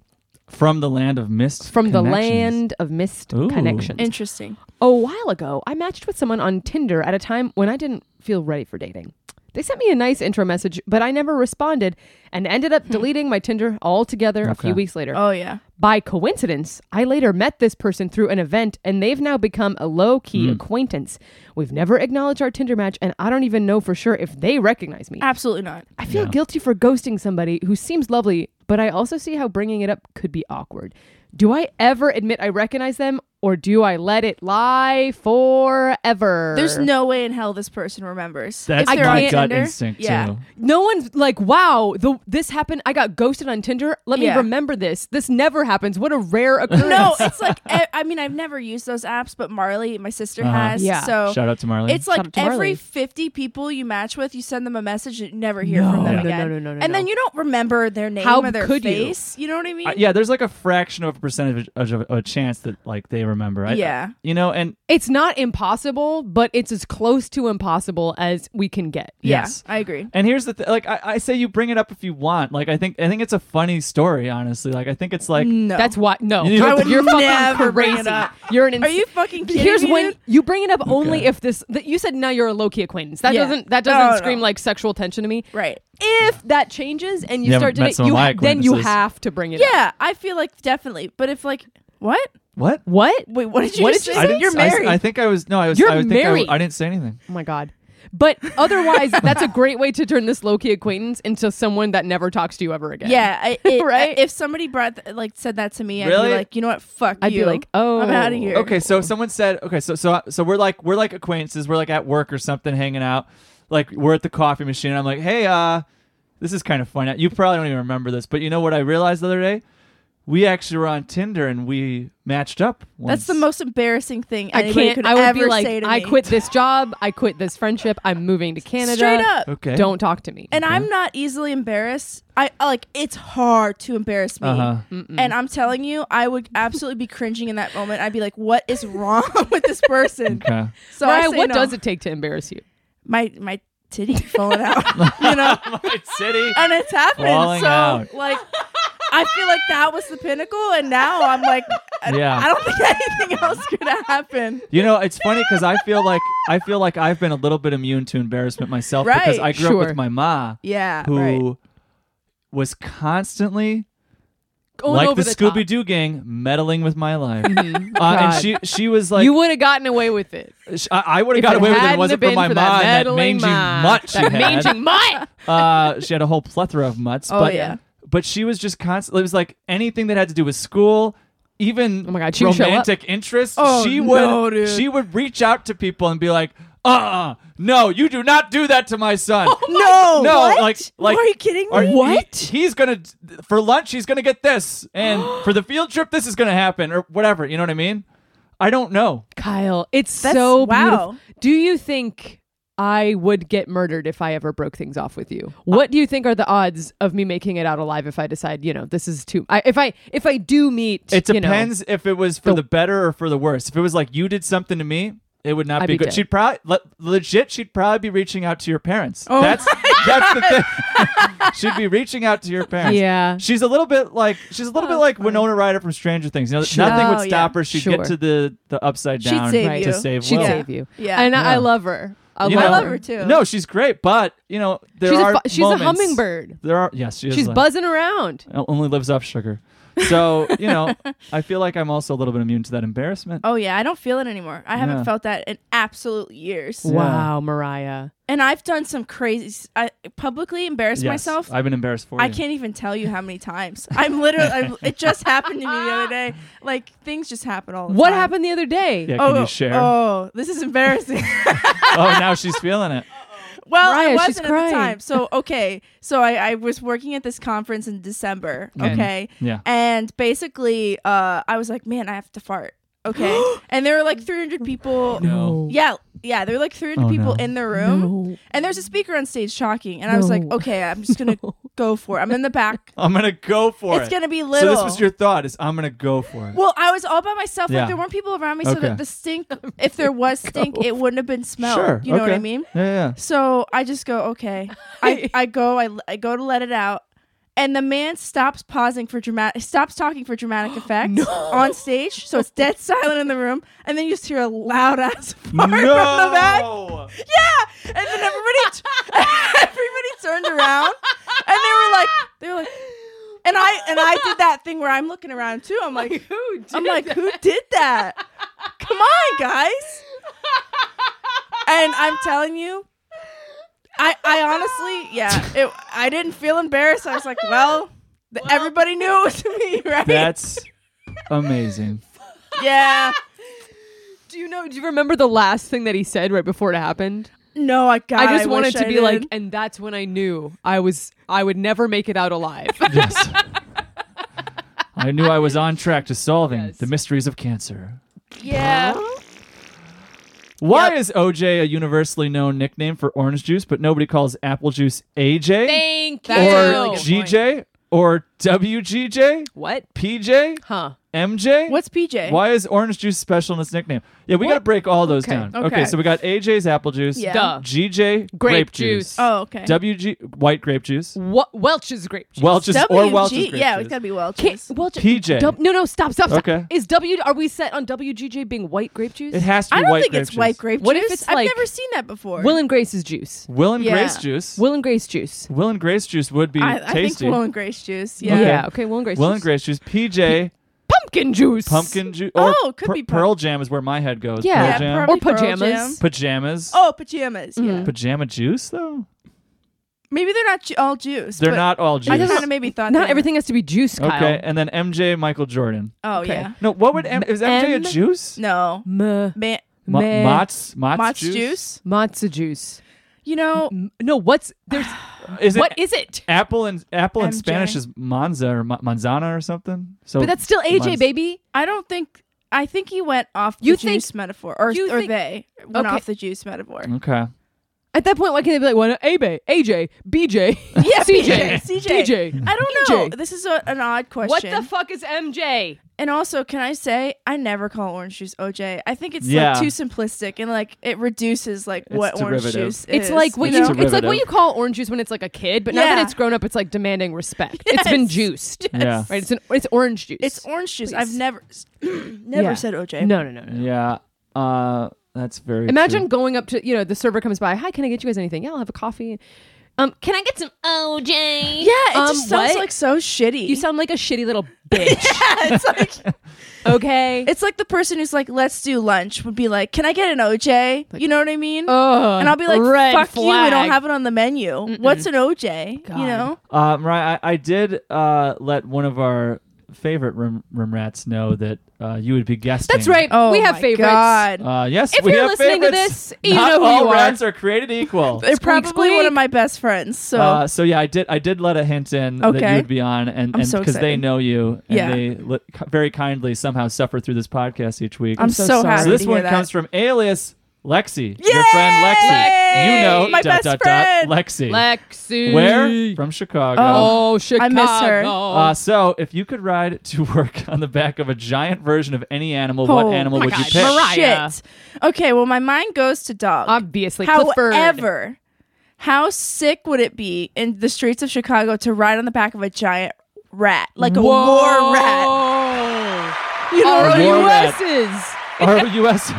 Speaker 1: From the land of mist.
Speaker 2: from the
Speaker 1: connections.
Speaker 2: land of missed
Speaker 1: Ooh.
Speaker 2: connections.
Speaker 3: Interesting.
Speaker 2: a while ago, I matched with someone on Tinder at a time when I didn't feel ready for dating. They sent me a nice intro message, but I never responded and ended up deleting my Tinder altogether a
Speaker 1: Okay.
Speaker 2: few weeks later.
Speaker 3: Oh yeah.
Speaker 2: By coincidence, I later met this person through an event and they've now become a low key acquaintance. We've never acknowledged our Tinder match, and I don't even know for sure if they recognize me.
Speaker 3: Absolutely not.
Speaker 2: I feel guilty for ghosting somebody who seems lovely, but I also see how bringing it up could be awkward. Do I ever admit I recognize them or do I let it lie forever?
Speaker 3: There's no way in hell this person remembers.
Speaker 1: That's
Speaker 3: if they're
Speaker 1: my
Speaker 3: on
Speaker 1: gut
Speaker 3: Tinder,
Speaker 1: instinct
Speaker 3: yeah.
Speaker 1: too.
Speaker 2: no one's like, wow, the, this happened. I got ghosted on Tinder. Let me
Speaker 3: Yeah.
Speaker 2: remember this. This never happens. What a rare occurrence.
Speaker 3: No, it's like I, I mean I've never used those apps, but Marley, my sister
Speaker 1: Uh-huh.
Speaker 3: has.
Speaker 2: Yeah.
Speaker 3: So
Speaker 1: Shout out to Marley.
Speaker 3: Oh. it's like
Speaker 2: out to
Speaker 3: every
Speaker 2: Marley.
Speaker 3: 50 people you match with, you send them a message, you never hear
Speaker 2: No.
Speaker 3: from them
Speaker 2: No, no,
Speaker 3: again.
Speaker 2: no, no, no,
Speaker 3: and
Speaker 2: no.
Speaker 3: then you don't remember their name
Speaker 2: How
Speaker 3: or their
Speaker 2: could you?
Speaker 3: face. You? know what I mean?
Speaker 1: Uh, yeah, there's like a fraction of a percentage of of a chance that like they remember. I,
Speaker 3: Yeah.
Speaker 1: you know, and
Speaker 2: It's not impossible, but it's as close to impossible as we can get.
Speaker 3: Yeah,
Speaker 1: yes.
Speaker 3: I agree.
Speaker 1: And here's the thing. Like I, I say, you bring it up if you want. Like I think I think it's a funny story. Honestly, like I think it's like
Speaker 3: No.
Speaker 2: That's why. No,
Speaker 1: You- I would
Speaker 2: you're
Speaker 3: never
Speaker 2: fucking
Speaker 3: bring it
Speaker 2: crazy.
Speaker 3: up.
Speaker 2: You're an. Ins-
Speaker 3: Are you fucking kidding
Speaker 2: Here's
Speaker 3: me?
Speaker 2: when
Speaker 3: dude?
Speaker 2: you bring it up only
Speaker 1: Okay.
Speaker 2: if this. That you said now you're a low key acquaintance. That
Speaker 3: Yeah.
Speaker 2: doesn't. That doesn't
Speaker 3: No,
Speaker 2: scream
Speaker 3: no.
Speaker 2: like sexual tension to me.
Speaker 3: Right.
Speaker 2: If that changes and you
Speaker 1: You haven't
Speaker 2: start to
Speaker 1: met
Speaker 2: date,
Speaker 1: some of
Speaker 2: you
Speaker 1: my
Speaker 2: ha- then you
Speaker 1: acquaintances.
Speaker 2: have to bring it up.
Speaker 3: Yeah, I feel like definitely. But if like what?
Speaker 1: what?
Speaker 2: What?
Speaker 3: Wait, what did you
Speaker 2: What
Speaker 3: just
Speaker 2: did you
Speaker 3: say?
Speaker 2: say?
Speaker 1: I didn't, I
Speaker 3: You're
Speaker 1: s-
Speaker 3: married.
Speaker 1: I, think I was. No, I was.
Speaker 2: You're
Speaker 1: I would think I w-
Speaker 2: married.
Speaker 1: I didn't say anything.
Speaker 2: Oh my god. But otherwise, that's a great way to turn this low key acquaintance into someone that never talks to you ever again.
Speaker 3: yeah, I, it,
Speaker 2: Right?
Speaker 3: If somebody brought th- like said that to me, I'd
Speaker 1: Really?
Speaker 3: be like, you know what? Fuck
Speaker 2: I'd be
Speaker 3: you.
Speaker 2: like, oh.
Speaker 3: I'm out of here.
Speaker 1: Okay, so someone said. Okay, so so so we're like we're like acquaintances. We're like at work or something, hanging out. Like we're at the coffee machine. I'm like, hey, uh, this is kind of fun. You probably don't even remember this, but you know what I realized the other day? We actually were on Tinder and we matched up. Once.
Speaker 3: That's the most embarrassing thing
Speaker 2: I
Speaker 3: anybody
Speaker 2: can't.
Speaker 3: could
Speaker 2: I would
Speaker 3: ever
Speaker 2: be like,
Speaker 3: say to
Speaker 2: I
Speaker 3: me.
Speaker 2: quit this job. I quit this friendship. I'm moving to Canada.
Speaker 3: Straight up.
Speaker 1: Okay.
Speaker 2: Don't talk to me.
Speaker 3: And I'm not easily embarrassed. I I- like it's hard to embarrass me.
Speaker 1: Uh-huh.
Speaker 3: And I'm telling you, I would absolutely be cringing in that moment. I'd be like, what is wrong with this person?
Speaker 1: Okay.
Speaker 3: So I
Speaker 2: Mariah,
Speaker 3: say
Speaker 2: what
Speaker 3: no.
Speaker 2: does it take to embarrass you?
Speaker 3: my my titty falling out. you know?
Speaker 1: My city.
Speaker 3: and it's happening.
Speaker 1: Falling
Speaker 3: so
Speaker 1: out.
Speaker 3: like, I feel like that was the pinnacle, and now I'm like, I,
Speaker 1: Yeah.
Speaker 3: I don't think anything else could happen.
Speaker 1: You know, it's funny because I feel like I feel like I've been a little bit immune to embarrassment myself
Speaker 3: Right.
Speaker 1: because I grew up
Speaker 2: Sure.
Speaker 1: with my ma,
Speaker 3: Yeah,
Speaker 1: who
Speaker 3: right.
Speaker 1: was constantly
Speaker 2: Going
Speaker 1: like
Speaker 2: over
Speaker 1: the,
Speaker 2: the, top.
Speaker 1: Scooby Doo gang meddling with my life, uh,
Speaker 2: God.
Speaker 1: and she she was like,
Speaker 2: you would have gotten away with it.
Speaker 1: sh- I, would have
Speaker 2: If
Speaker 1: got away with it.
Speaker 2: hadn't
Speaker 1: if It wasn't
Speaker 2: been
Speaker 1: for my
Speaker 2: for
Speaker 1: ma
Speaker 2: that
Speaker 1: and that
Speaker 2: meddling
Speaker 1: mangy
Speaker 2: ma.
Speaker 1: mutt she
Speaker 2: that
Speaker 1: had.
Speaker 2: Mangy mutt.
Speaker 1: uh, she had a whole plethora of mutts.
Speaker 3: Oh,
Speaker 1: but,
Speaker 3: yeah.
Speaker 1: But she was just constantly. It was like anything that had to do with school, even
Speaker 2: Oh my God, she would show up.
Speaker 1: romantic interests.
Speaker 3: Oh,
Speaker 1: she
Speaker 3: no,
Speaker 1: would.
Speaker 3: dude.
Speaker 1: She would reach out to people and be like, "Uh, uh no, you do not do that to Oh my son."
Speaker 2: Oh,
Speaker 3: no,
Speaker 1: no,
Speaker 3: what?
Speaker 1: like, like,
Speaker 3: are you kidding
Speaker 1: or
Speaker 3: me?
Speaker 1: he- he's gonna for lunch. He's gonna get this, and for the field trip, this is gonna happen, or whatever. You know what I mean? I don't know.
Speaker 2: Kyle, it's
Speaker 3: That's-
Speaker 2: so
Speaker 3: wow.
Speaker 2: beautiful. Do you think I would get murdered if I ever broke things off with you? What do you think are the odds of me making it out alive if I decide, you know, this is too I, if I if I do meet
Speaker 1: It
Speaker 2: you know-
Speaker 1: depends if it was for
Speaker 2: the-
Speaker 1: the, better or for the worse. If it was like you did something to me, it would not
Speaker 2: I'd
Speaker 1: be,
Speaker 2: be
Speaker 1: good.
Speaker 2: dead.
Speaker 1: She'd probably le- legit. She'd probably be reaching out to your parents.
Speaker 3: Oh
Speaker 1: that's that's the thing. she'd be reaching out to your parents.
Speaker 2: Yeah. Oh,
Speaker 1: she's a little bit like she's a little bit like Winona Ryder from Stranger Things. You know,
Speaker 2: Sure.
Speaker 1: nothing
Speaker 3: Oh,
Speaker 1: would stop
Speaker 3: yeah.
Speaker 1: her. She'd
Speaker 2: Sure.
Speaker 1: get to the the upside
Speaker 3: She'd
Speaker 1: down
Speaker 3: save
Speaker 2: Right.
Speaker 1: to
Speaker 3: you.
Speaker 1: save
Speaker 2: She'd
Speaker 1: Will.
Speaker 2: save you.
Speaker 3: Yeah.
Speaker 2: And I, I
Speaker 1: Yeah.
Speaker 2: love her. I,
Speaker 1: You
Speaker 2: love,
Speaker 1: know-
Speaker 3: Oh, love her too.
Speaker 1: No, she's great, but you know there
Speaker 2: She's a
Speaker 1: are
Speaker 2: fu- she's a
Speaker 1: moments-
Speaker 2: hummingbird.
Speaker 1: There are yes, she is
Speaker 2: She's
Speaker 1: like-
Speaker 2: buzzing around.
Speaker 1: only lives off sugar. So you know, I feel like I'm also a little bit immune to that embarrassment.
Speaker 3: Oh yeah, I don't feel it anymore. I haven't
Speaker 1: Yeah.
Speaker 3: felt that in absolute years.
Speaker 1: Yeah.
Speaker 2: Wow, Mariah.
Speaker 3: And I've done some crazy. s- I publicly embarrassed
Speaker 1: Yes,
Speaker 3: myself.
Speaker 1: I've been embarrassed for you.
Speaker 3: I can't even tell you how many times. I'm literally. I, it just happened to me the other day. Like things just happen all the
Speaker 2: What
Speaker 3: time.
Speaker 2: happened the other day?
Speaker 1: Yeah,
Speaker 3: Oh,
Speaker 1: can you share? Oh.
Speaker 3: oh, this is embarrassing.
Speaker 1: now she's feeling it.
Speaker 3: Well,
Speaker 2: Mariah,
Speaker 3: I
Speaker 2: she's
Speaker 3: wasn't at the
Speaker 2: crying.
Speaker 3: time. So okay, so I, I was working at this conference in December.
Speaker 1: Okay.
Speaker 3: Okay,
Speaker 1: Yeah.
Speaker 3: and basically, uh, I was like, man, I have to fart. Okay, and there were like 300 people.
Speaker 1: No.
Speaker 3: Yeah, yeah, there were like 300
Speaker 1: Oh,
Speaker 3: people
Speaker 1: no.
Speaker 3: in the room,
Speaker 2: No.
Speaker 3: and there's a speaker on stage talking, and I was like,
Speaker 2: No.
Speaker 3: okay, I'm just gonna go for it. I'm in the back.
Speaker 1: I'm gonna go for
Speaker 3: It's
Speaker 1: it.
Speaker 3: gonna be little.
Speaker 1: So this was your thought: is I'm gonna go for it.
Speaker 3: well, I was all by myself.
Speaker 1: Yeah.
Speaker 3: Like there weren't people around me, so
Speaker 1: Okay.
Speaker 3: that the stink, if there was stink, it wouldn't have been smelled.
Speaker 1: sure.
Speaker 3: You know what I
Speaker 1: okay.
Speaker 3: mean?
Speaker 1: Yeah, yeah.
Speaker 3: So I just go, okay. I, I go, I, I go to let it out. And the man stops pausing for dramatic, stops talking for dramatic effect on stage. So it's dead silent in the room. And then you just hear a loud ass fart from the back. Yeah. And then everybody, t- everybody turned around and they were like, they were like, and I, and I did that thing where I'm looking around too. I'm like,
Speaker 2: Who
Speaker 3: I'm like, who did that? Come on, guys. And I'm telling you, I I honestly, yeah, it, I didn't feel embarrassed. I was like, well, th- everybody knew it was me, right?
Speaker 1: That's amazing.
Speaker 3: yeah.
Speaker 2: Do you know? Do you remember the last thing that he said right before it happened?
Speaker 3: No, I got.
Speaker 2: I just wanted to be like, and that's when I knew I was I would never make it out alive.
Speaker 1: Yes. I knew I was on track to solving
Speaker 2: Yes.
Speaker 1: the mysteries of cancer.
Speaker 3: yeah.
Speaker 1: Why is OJ a universally known nickname for orange juice, but nobody calls apple juice AJ
Speaker 2: Thank
Speaker 1: or
Speaker 2: you.
Speaker 3: That's a really good point.
Speaker 1: GJ or WGJ,
Speaker 2: what?
Speaker 1: PJ,
Speaker 2: Huh?
Speaker 1: MJ?
Speaker 3: What's PJ?
Speaker 1: Why is orange juice special in its nickname? Yeah, we
Speaker 2: What?
Speaker 1: got to break all those
Speaker 3: Okay,
Speaker 1: down.
Speaker 3: okay.
Speaker 1: so we got AJ's apple juice,
Speaker 3: Yeah.
Speaker 2: Duh.
Speaker 1: GJ grape,
Speaker 2: juice.
Speaker 1: juice,
Speaker 3: Oh, okay.
Speaker 1: WG white grape juice,
Speaker 2: What? Welch's grape juice.
Speaker 1: Welch's or Welch's grape
Speaker 3: Yeah,
Speaker 1: juice.
Speaker 3: it's gotta be
Speaker 2: Can't,
Speaker 3: Welch's.
Speaker 2: Welch.
Speaker 1: PJ.
Speaker 2: Dub- no, no, stop, stop, stop.
Speaker 1: Okay.
Speaker 2: Is W? Are we set on WGJ being white grape juice?
Speaker 1: It has to be
Speaker 3: I don't
Speaker 1: white
Speaker 3: think
Speaker 1: grape
Speaker 3: it's
Speaker 1: juice.
Speaker 3: white grape
Speaker 2: What if
Speaker 3: juice.
Speaker 2: it's
Speaker 3: I've
Speaker 2: like-
Speaker 3: never seen that before.
Speaker 2: Will and Grace's juice.
Speaker 1: Will and
Speaker 3: Yeah.
Speaker 1: Grace juice. Will,
Speaker 2: Will and Grace juice.
Speaker 1: and Grace juice would be
Speaker 3: I, I think
Speaker 1: tasty.
Speaker 3: Will and Grace juice.
Speaker 1: Okay.
Speaker 3: Yeah.
Speaker 2: Yeah. Okay. Will and Grace.
Speaker 1: Will
Speaker 2: juice.
Speaker 1: and Grace juice. PJ
Speaker 2: Pumpkin juice.
Speaker 1: pumpkin juice.
Speaker 3: Oh, it could be pump-
Speaker 1: Pearl jam is where my head goes.
Speaker 2: Yeah.
Speaker 1: Pearl
Speaker 2: Yeah,
Speaker 1: jam.
Speaker 2: Or
Speaker 3: Probably Pearl
Speaker 2: pajamas.
Speaker 3: Jam.
Speaker 1: pajamas.
Speaker 3: Oh, pajamas.
Speaker 2: Mm.
Speaker 3: Yeah.
Speaker 1: Pajama juice though.
Speaker 3: Maybe they're not ju- all juice.
Speaker 1: They're
Speaker 3: but
Speaker 1: not all juice.
Speaker 3: I kind of maybe thought they
Speaker 2: Not
Speaker 3: were.
Speaker 2: everything has to be juice, Kyle.
Speaker 1: okay, and then MJ Michael Jordan.
Speaker 3: Oh
Speaker 2: Okay.
Speaker 3: yeah.
Speaker 1: No, what would M- is MJ a
Speaker 2: M-
Speaker 1: juice?
Speaker 3: No.
Speaker 2: Ma-
Speaker 3: Ma-
Speaker 1: Ma-
Speaker 2: meh.
Speaker 1: Mott's Mott's,
Speaker 3: Mott's
Speaker 1: juice?
Speaker 3: juice?
Speaker 2: matzo juice.
Speaker 3: You know.
Speaker 2: M- No, what's there's
Speaker 1: Is it
Speaker 2: what is it?
Speaker 1: apple and apple in
Speaker 3: MJ?
Speaker 1: Spanish is Manza or Ma- Manzana or something? So
Speaker 2: But that's still AJ,
Speaker 1: Mine's-
Speaker 2: baby.
Speaker 3: I don't think. I think he went off the
Speaker 2: You think-
Speaker 3: juice metaphor, or
Speaker 2: you
Speaker 3: or
Speaker 2: think-
Speaker 3: they went
Speaker 2: Okay.
Speaker 3: off the juice metaphor.
Speaker 1: okay.
Speaker 2: At that point, why can't they be like, well, AJ, AJ, BJ,
Speaker 3: Yeah,
Speaker 2: CJ,
Speaker 3: CJ.
Speaker 2: DJ?
Speaker 3: I don't know.
Speaker 2: EJ.
Speaker 3: This is a, an odd question.
Speaker 2: What the fuck is MJ?
Speaker 3: and also, can I say I never call orange juice OJ. I think it's
Speaker 1: Yeah.
Speaker 3: like too simplistic and like it reduces like
Speaker 1: It's
Speaker 3: what orange
Speaker 1: derivative.
Speaker 3: juice is.
Speaker 2: It's like what
Speaker 1: It's
Speaker 2: you,
Speaker 1: derivative.
Speaker 2: it's like what you call orange juice when it's like a kid, but now that
Speaker 3: Yeah.
Speaker 2: it's grown up, it's like demanding respect. It's been
Speaker 3: Yes.
Speaker 2: juiced,
Speaker 1: Yeah.
Speaker 2: right? It's an it's orange juice.
Speaker 3: It's orange juice. I've
Speaker 2: Please.
Speaker 3: never never
Speaker 2: Yeah.
Speaker 3: said OJ.
Speaker 2: no, no, no, no.
Speaker 1: Yeah. Uh that's very
Speaker 2: Imagine
Speaker 1: true.
Speaker 2: going up to you know the server comes by. Hi, can I get you guys anything? Yeah, I'll have a coffee. Um, can I get some OJ?
Speaker 3: Yeah, it
Speaker 2: Um,
Speaker 3: just sounds
Speaker 2: what?
Speaker 3: like so shitty.
Speaker 2: You sound like a shitty little bitch.
Speaker 3: it's like
Speaker 2: Okay.
Speaker 3: it's like the person who's like, "Let's do lunch" would be like, "Can I get an OJ?" you know what I mean?
Speaker 2: Ugh,
Speaker 3: and I'll be like,
Speaker 2: oh, red
Speaker 3: "Fuck you! We
Speaker 2: flag.
Speaker 3: don't have it on the menu. What's an OJ?"
Speaker 2: God.
Speaker 3: You know?
Speaker 1: Uh, Mariah, I, I did uh, let one of our favorite room, room rats know that uh, you would be guesting.
Speaker 2: That's right.
Speaker 3: Oh,
Speaker 2: we have
Speaker 3: my
Speaker 2: favorites.
Speaker 3: God.
Speaker 1: Uh, yes,
Speaker 2: If
Speaker 1: we
Speaker 2: you're
Speaker 1: have
Speaker 2: listening to
Speaker 1: favorites.
Speaker 2: this, you
Speaker 1: Not
Speaker 2: know who
Speaker 1: all
Speaker 2: you are.
Speaker 1: rats are created equal.
Speaker 3: They're
Speaker 2: Squeak,
Speaker 3: probably one
Speaker 2: squeak.
Speaker 3: of my best friends. So
Speaker 1: Uh, so yeah, I did. I did let a hint in that
Speaker 3: Okay.
Speaker 1: you would be on, and
Speaker 3: I'm
Speaker 1: and
Speaker 3: so
Speaker 1: because they
Speaker 3: excited.
Speaker 1: know you, and
Speaker 3: Yeah.
Speaker 1: they li- ki- very kindly somehow suffer through this podcast each week.
Speaker 3: I'm
Speaker 2: so
Speaker 3: so,
Speaker 2: sorry.
Speaker 3: happy.
Speaker 1: so this
Speaker 3: to hear
Speaker 1: one
Speaker 3: that.
Speaker 1: comes from alias Lexi, your friend Lexi.
Speaker 3: Yay!
Speaker 1: You know,
Speaker 3: My
Speaker 1: dot
Speaker 3: best
Speaker 1: dot
Speaker 3: friend.
Speaker 1: dot Lexi.
Speaker 2: Lexi.
Speaker 1: Where from Chicago?
Speaker 2: Oh, Chicago.
Speaker 3: I miss her.
Speaker 1: Uh, so, if you could ride to work on the back of a giant version of any animal, what
Speaker 3: Oh
Speaker 1: animal
Speaker 2: my
Speaker 1: would you
Speaker 2: God,
Speaker 1: pick?
Speaker 2: Mariah.
Speaker 3: Shit. Okay, well, my mind goes to dog.
Speaker 2: Obviously, Clifford.
Speaker 3: However, how sick would it be in the streets of Chicago to ride on the back of a giant rat, like a war rat? You know,
Speaker 1: A war rat.
Speaker 2: RUSs.
Speaker 1: Or U.S.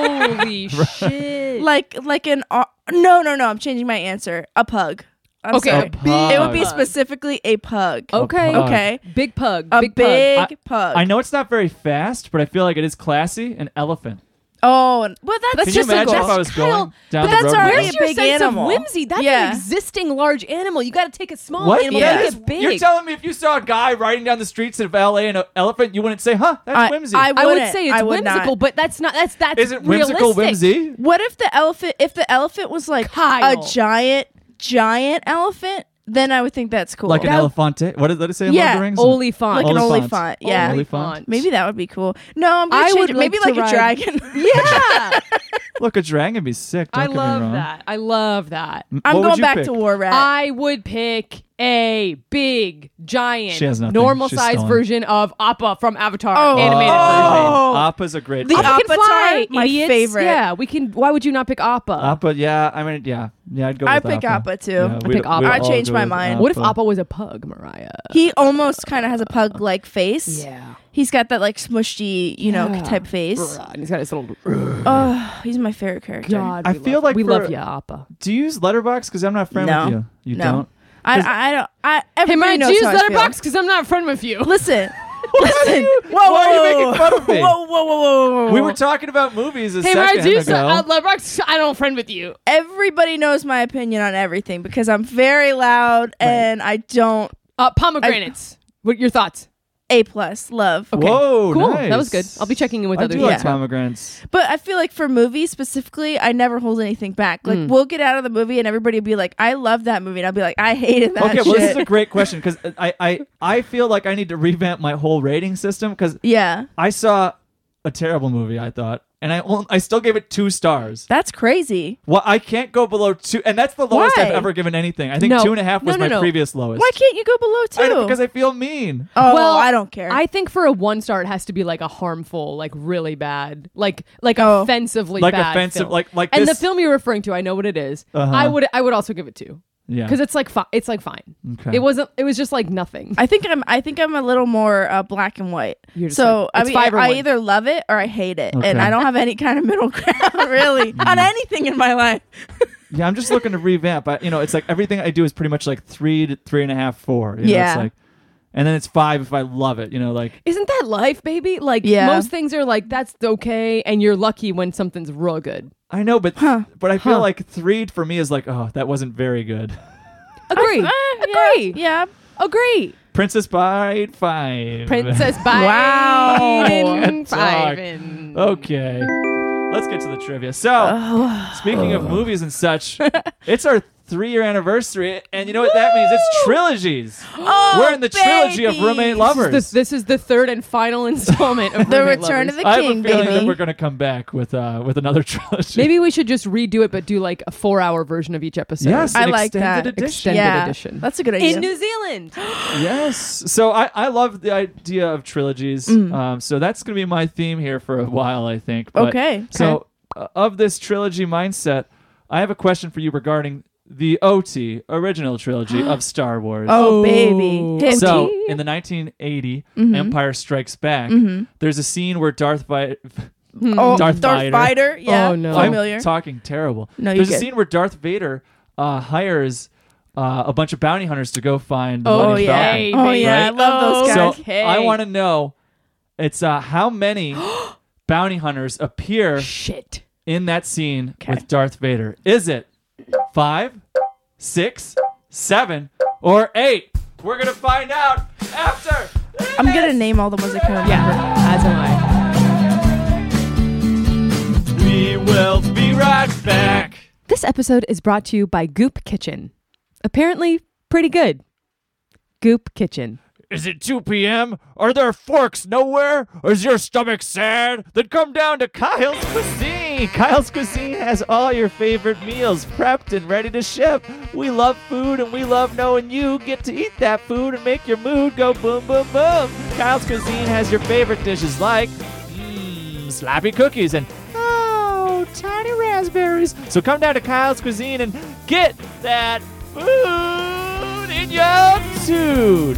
Speaker 2: Holy shit.
Speaker 3: like like an ar- no, no, no. I'm changing my answer. A pug. I'm
Speaker 2: Okay.
Speaker 3: sorry.
Speaker 1: A pug.
Speaker 3: It would be
Speaker 2: Pug.
Speaker 3: specifically a pug.
Speaker 1: A
Speaker 2: okay.
Speaker 1: pug.
Speaker 3: Okay,
Speaker 2: Big pug.
Speaker 3: a
Speaker 2: big
Speaker 3: big,
Speaker 2: pug.
Speaker 1: I-
Speaker 3: pug.
Speaker 1: I know it's not very fast, but I feel like it is classy. An elephant.
Speaker 3: Oh, and- well,
Speaker 1: Can
Speaker 3: that's,
Speaker 1: you
Speaker 3: just
Speaker 2: a
Speaker 1: imagine
Speaker 2: goal.
Speaker 1: if I was
Speaker 2: Kyle,
Speaker 1: going down the
Speaker 3: but that's
Speaker 1: road? with
Speaker 2: Where's
Speaker 3: already
Speaker 1: this?
Speaker 3: a
Speaker 2: your
Speaker 3: big
Speaker 2: sense
Speaker 3: animal.
Speaker 2: of whimsy? That's
Speaker 3: Yeah.
Speaker 2: an existing large animal. You got to take a
Speaker 3: Oh,
Speaker 2: small animal
Speaker 1: Yeah.
Speaker 2: and
Speaker 1: Yes.
Speaker 2: make it big.
Speaker 1: You're telling me if you saw a guy riding down the streets of L.A. in an elephant, you wouldn't say, "Huh, that's
Speaker 3: I-
Speaker 1: whimsy."
Speaker 3: I
Speaker 2: I would
Speaker 3: wouldn't.
Speaker 2: say it's
Speaker 3: I would not.
Speaker 2: whimsical, but that's not that's that's
Speaker 1: is it whimsical
Speaker 2: realistic.
Speaker 1: whimsy?
Speaker 3: What if the elephant? If the elephant was like
Speaker 2: Kyle.
Speaker 3: a giant, giant elephant, then I would think that's cool.
Speaker 1: Like an
Speaker 3: That-
Speaker 1: elephante? What did, did it say in Lord of the
Speaker 3: Yeah,
Speaker 1: Rings?
Speaker 2: Olifant.
Speaker 3: like an
Speaker 1: Olifant.
Speaker 3: olifant. Yeah,
Speaker 1: Olifant.
Speaker 3: maybe that would be cool. No, I'm gonna
Speaker 2: I
Speaker 3: change
Speaker 2: would
Speaker 3: it. Maybe
Speaker 2: like
Speaker 3: like,
Speaker 2: to
Speaker 3: a
Speaker 2: ride-
Speaker 3: dragon.
Speaker 2: Yeah.
Speaker 1: Look, a dragon would be sick. Don't
Speaker 2: I
Speaker 1: get me
Speaker 2: love
Speaker 1: wrong.
Speaker 2: that. I love that.
Speaker 3: I'm
Speaker 1: What would
Speaker 3: going
Speaker 1: you
Speaker 3: back
Speaker 1: pick?
Speaker 3: to war rat.
Speaker 2: I would pick a big,
Speaker 1: She has
Speaker 2: giant,
Speaker 1: nothing.
Speaker 2: normal
Speaker 1: She's
Speaker 2: sized
Speaker 1: stolen.
Speaker 2: version of Appa from Avatar
Speaker 3: Oh.
Speaker 2: animated version.
Speaker 3: Oh.
Speaker 1: Appa's a great.
Speaker 3: The
Speaker 1: pick.
Speaker 2: Appa can
Speaker 3: Avatar,
Speaker 2: fly,
Speaker 3: my
Speaker 2: idiots.
Speaker 3: favorite.
Speaker 2: Yeah, we can. Why would you not pick Appa?
Speaker 1: Appa, yeah. I mean, yeah, yeah. I'd go.
Speaker 3: I
Speaker 1: with
Speaker 3: pick
Speaker 1: Appa
Speaker 3: Appa, too.
Speaker 1: Yeah,
Speaker 3: I
Speaker 1: we'd-
Speaker 2: pick Appa.
Speaker 1: we'd
Speaker 2: I
Speaker 1: all
Speaker 3: changed
Speaker 1: go
Speaker 3: my
Speaker 1: with
Speaker 3: mind.
Speaker 2: what if Appa was a pug, Mariah?
Speaker 3: he almost kind of has a pug-like face.
Speaker 2: Yeah.
Speaker 3: He's got that like smushy, you know,
Speaker 2: Yeah.
Speaker 3: type face.
Speaker 2: Bruh, And he's got his little.
Speaker 3: Oh, he's my favorite character.
Speaker 2: God,
Speaker 1: I
Speaker 2: we
Speaker 1: feel
Speaker 2: love,
Speaker 1: like
Speaker 2: we
Speaker 1: for-
Speaker 2: love you, Appa.
Speaker 1: Do you use Letterbox? Because I'm not friend
Speaker 3: No.
Speaker 1: with you. You
Speaker 3: No.
Speaker 1: don't.
Speaker 3: I, I, I don't. I
Speaker 2: Hey,
Speaker 3: everybody
Speaker 2: Mariah, do
Speaker 3: knows
Speaker 2: you use
Speaker 3: how I feel.
Speaker 2: Letterbox? Because I'm not a friend with you.
Speaker 3: Listen, listen. Whoa,
Speaker 1: why are you
Speaker 3: whoa,
Speaker 1: making fun of me?
Speaker 3: Whoa, whoa, whoa, whoa, whoa, whoa.
Speaker 1: We were talking about movies a
Speaker 2: Oh. Hey, Mariah,
Speaker 1: second
Speaker 2: do
Speaker 1: ago.
Speaker 2: you use uh, Letterbox? I don't friend with you.
Speaker 3: everybody knows my opinion on everything because I'm very loud and I don't.
Speaker 2: Uh, pomegranates. what your thoughts?
Speaker 3: A plus, love.
Speaker 2: Okay.
Speaker 1: Whoa,
Speaker 2: cool.
Speaker 1: nice.
Speaker 2: That was good. I'll be checking in with
Speaker 1: I
Speaker 2: other
Speaker 1: do like
Speaker 2: things.
Speaker 3: Yeah.
Speaker 1: pomegranates.
Speaker 3: But I feel like for movies specifically, I never hold anything back. Like
Speaker 2: Mm.
Speaker 3: we'll get out of the movie and everybody will be like, "I love that movie," and I'll be like, "I hated that."
Speaker 1: okay, well, this is a
Speaker 3: shit."
Speaker 1: great question because I, I, I feel like I need to revamp my whole rating system because
Speaker 3: yeah,
Speaker 1: I saw a terrible movie, I thought, and I, on- I still gave it two stars.
Speaker 3: that's crazy.
Speaker 1: Well, I can't go below two, and that's the lowest
Speaker 3: Why?
Speaker 1: I've ever given anything. I think
Speaker 2: No.
Speaker 1: two and a half
Speaker 2: No,
Speaker 1: was
Speaker 2: no,
Speaker 1: my
Speaker 2: no.
Speaker 1: previous lowest.
Speaker 3: Why can't you go below two?
Speaker 1: I don't- because I feel mean.
Speaker 3: oh, I don't care.
Speaker 2: I think for a one star, it has to be like a harmful, like really bad, like like
Speaker 3: Oh.
Speaker 2: offensively
Speaker 1: Like
Speaker 2: bad
Speaker 1: offensive-
Speaker 2: film.
Speaker 1: like- like
Speaker 2: And
Speaker 1: this-
Speaker 2: the film you're referring to, I know what it is.
Speaker 1: Uh-huh.
Speaker 2: I would I would also give it two
Speaker 1: Yeah.
Speaker 2: because it's like fi- it's like fine.
Speaker 1: Okay.
Speaker 2: It wasn't. It was just like nothing.
Speaker 3: I think I'm. I think I'm a little more uh, black and white.
Speaker 2: You're just
Speaker 3: So
Speaker 2: like,
Speaker 3: I
Speaker 2: it's
Speaker 3: mean,
Speaker 2: five or
Speaker 3: I
Speaker 2: one.
Speaker 3: either love it or I hate it,
Speaker 1: Okay.
Speaker 3: and I don't have any kind of middle ground really on anything in my life.
Speaker 1: Yeah, I'm just looking to revamp. I, you know, it's like everything I do is pretty much like three to three and a half, four. You know,
Speaker 3: Yeah.
Speaker 1: It's like, and then it's five if I love it. You know, like
Speaker 2: Isn't that life, baby? Like
Speaker 3: Yeah.
Speaker 2: most things are like that's okay, and you're lucky when something's real good.
Speaker 1: I know, but
Speaker 3: Huh.
Speaker 1: but I feel
Speaker 2: Huh.
Speaker 1: like three for me is like, oh, that wasn't very good.
Speaker 2: Agree.
Speaker 3: Uh,
Speaker 2: Agree.
Speaker 3: Yeah.
Speaker 2: Agree.
Speaker 1: Princess Bride five.
Speaker 2: Princess Biden.
Speaker 1: Good talk.
Speaker 2: Biden.
Speaker 1: Okay. Let's get to the trivia. So,
Speaker 3: Oh.
Speaker 1: speaking of movies and such, it's our three-year anniversary, and you know what that means? It's trilogies.
Speaker 3: Oh,
Speaker 1: We're in the trilogy of
Speaker 3: baby.
Speaker 1: roommate
Speaker 2: This,
Speaker 1: lovers.
Speaker 2: is the, this is the third and final installment of
Speaker 3: The
Speaker 2: Roommate
Speaker 3: Return
Speaker 2: Lovers.
Speaker 3: of the
Speaker 1: I have a
Speaker 3: King,
Speaker 1: feeling that
Speaker 3: baby.
Speaker 1: we're going to come back with uh, with another trilogy.
Speaker 2: Maybe we should just redo it, but do like a four-hour version of each episode.
Speaker 1: Yes,
Speaker 3: I
Speaker 1: an
Speaker 3: like
Speaker 1: extended
Speaker 3: that.
Speaker 1: edition.
Speaker 2: Extended
Speaker 3: yeah.
Speaker 2: edition.
Speaker 3: That's a good idea.
Speaker 2: In New Zealand.
Speaker 1: Yes. So I, I love the idea of trilogies.
Speaker 3: Mm.
Speaker 1: Um, so that's going to be my theme here for a while, I think. But-
Speaker 3: Okay.
Speaker 1: So uh, of this trilogy mindset, I have a question for you regarding the OT original trilogy of Star Wars.
Speaker 3: oh,
Speaker 2: Oh.
Speaker 3: baby. Hit
Speaker 1: So
Speaker 3: me.
Speaker 1: in the 1980
Speaker 3: Mm-hmm.
Speaker 1: Empire Strikes Back, there's a scene where Darth Vader.
Speaker 3: oh,
Speaker 1: Darth
Speaker 3: Darth,
Speaker 1: Vader.
Speaker 3: Vader. Yeah.
Speaker 2: Oh, no.
Speaker 1: I'm
Speaker 3: Familiar.
Speaker 1: talking terrible.
Speaker 3: No, you're
Speaker 1: There's a
Speaker 3: good.
Speaker 1: scene where Darth Vader uh, hires uh, a bunch of bounty hunters to go find. the
Speaker 3: Oh,
Speaker 1: Millennium
Speaker 3: yeah.
Speaker 1: Falcon.
Speaker 3: Oh, yeah. I
Speaker 1: right?
Speaker 3: love those
Speaker 1: So
Speaker 3: guys.
Speaker 2: Okay.
Speaker 1: I want to know, it's uh, how many bounty hunters appear
Speaker 2: Shit.
Speaker 1: in that scene with Darth Vader? Is it five, six, seven, or eight? We're gonna find out after.
Speaker 3: I'm going to name all the ones that come up.
Speaker 2: Yeah. As am I.
Speaker 1: We will be right back.
Speaker 2: This episode is brought to you by Goop Kitchen. Apparently, pretty good. Goop Kitchen.
Speaker 1: Is it 2 p.m.? Are there forks nowhere? Or is your stomach sad? Then come down to Kyle's Cuisine. Kyle's Cuisine has all your favorite meals prepped and ready to ship. We love food and we love knowing you get to eat that food and make your mood go boom, boom, boom. Kyle's Cuisine has your favorite dishes like mmm, slappy cookies and oh, tiny raspberries. So come down to Kyle's Cuisine and get that food in your food.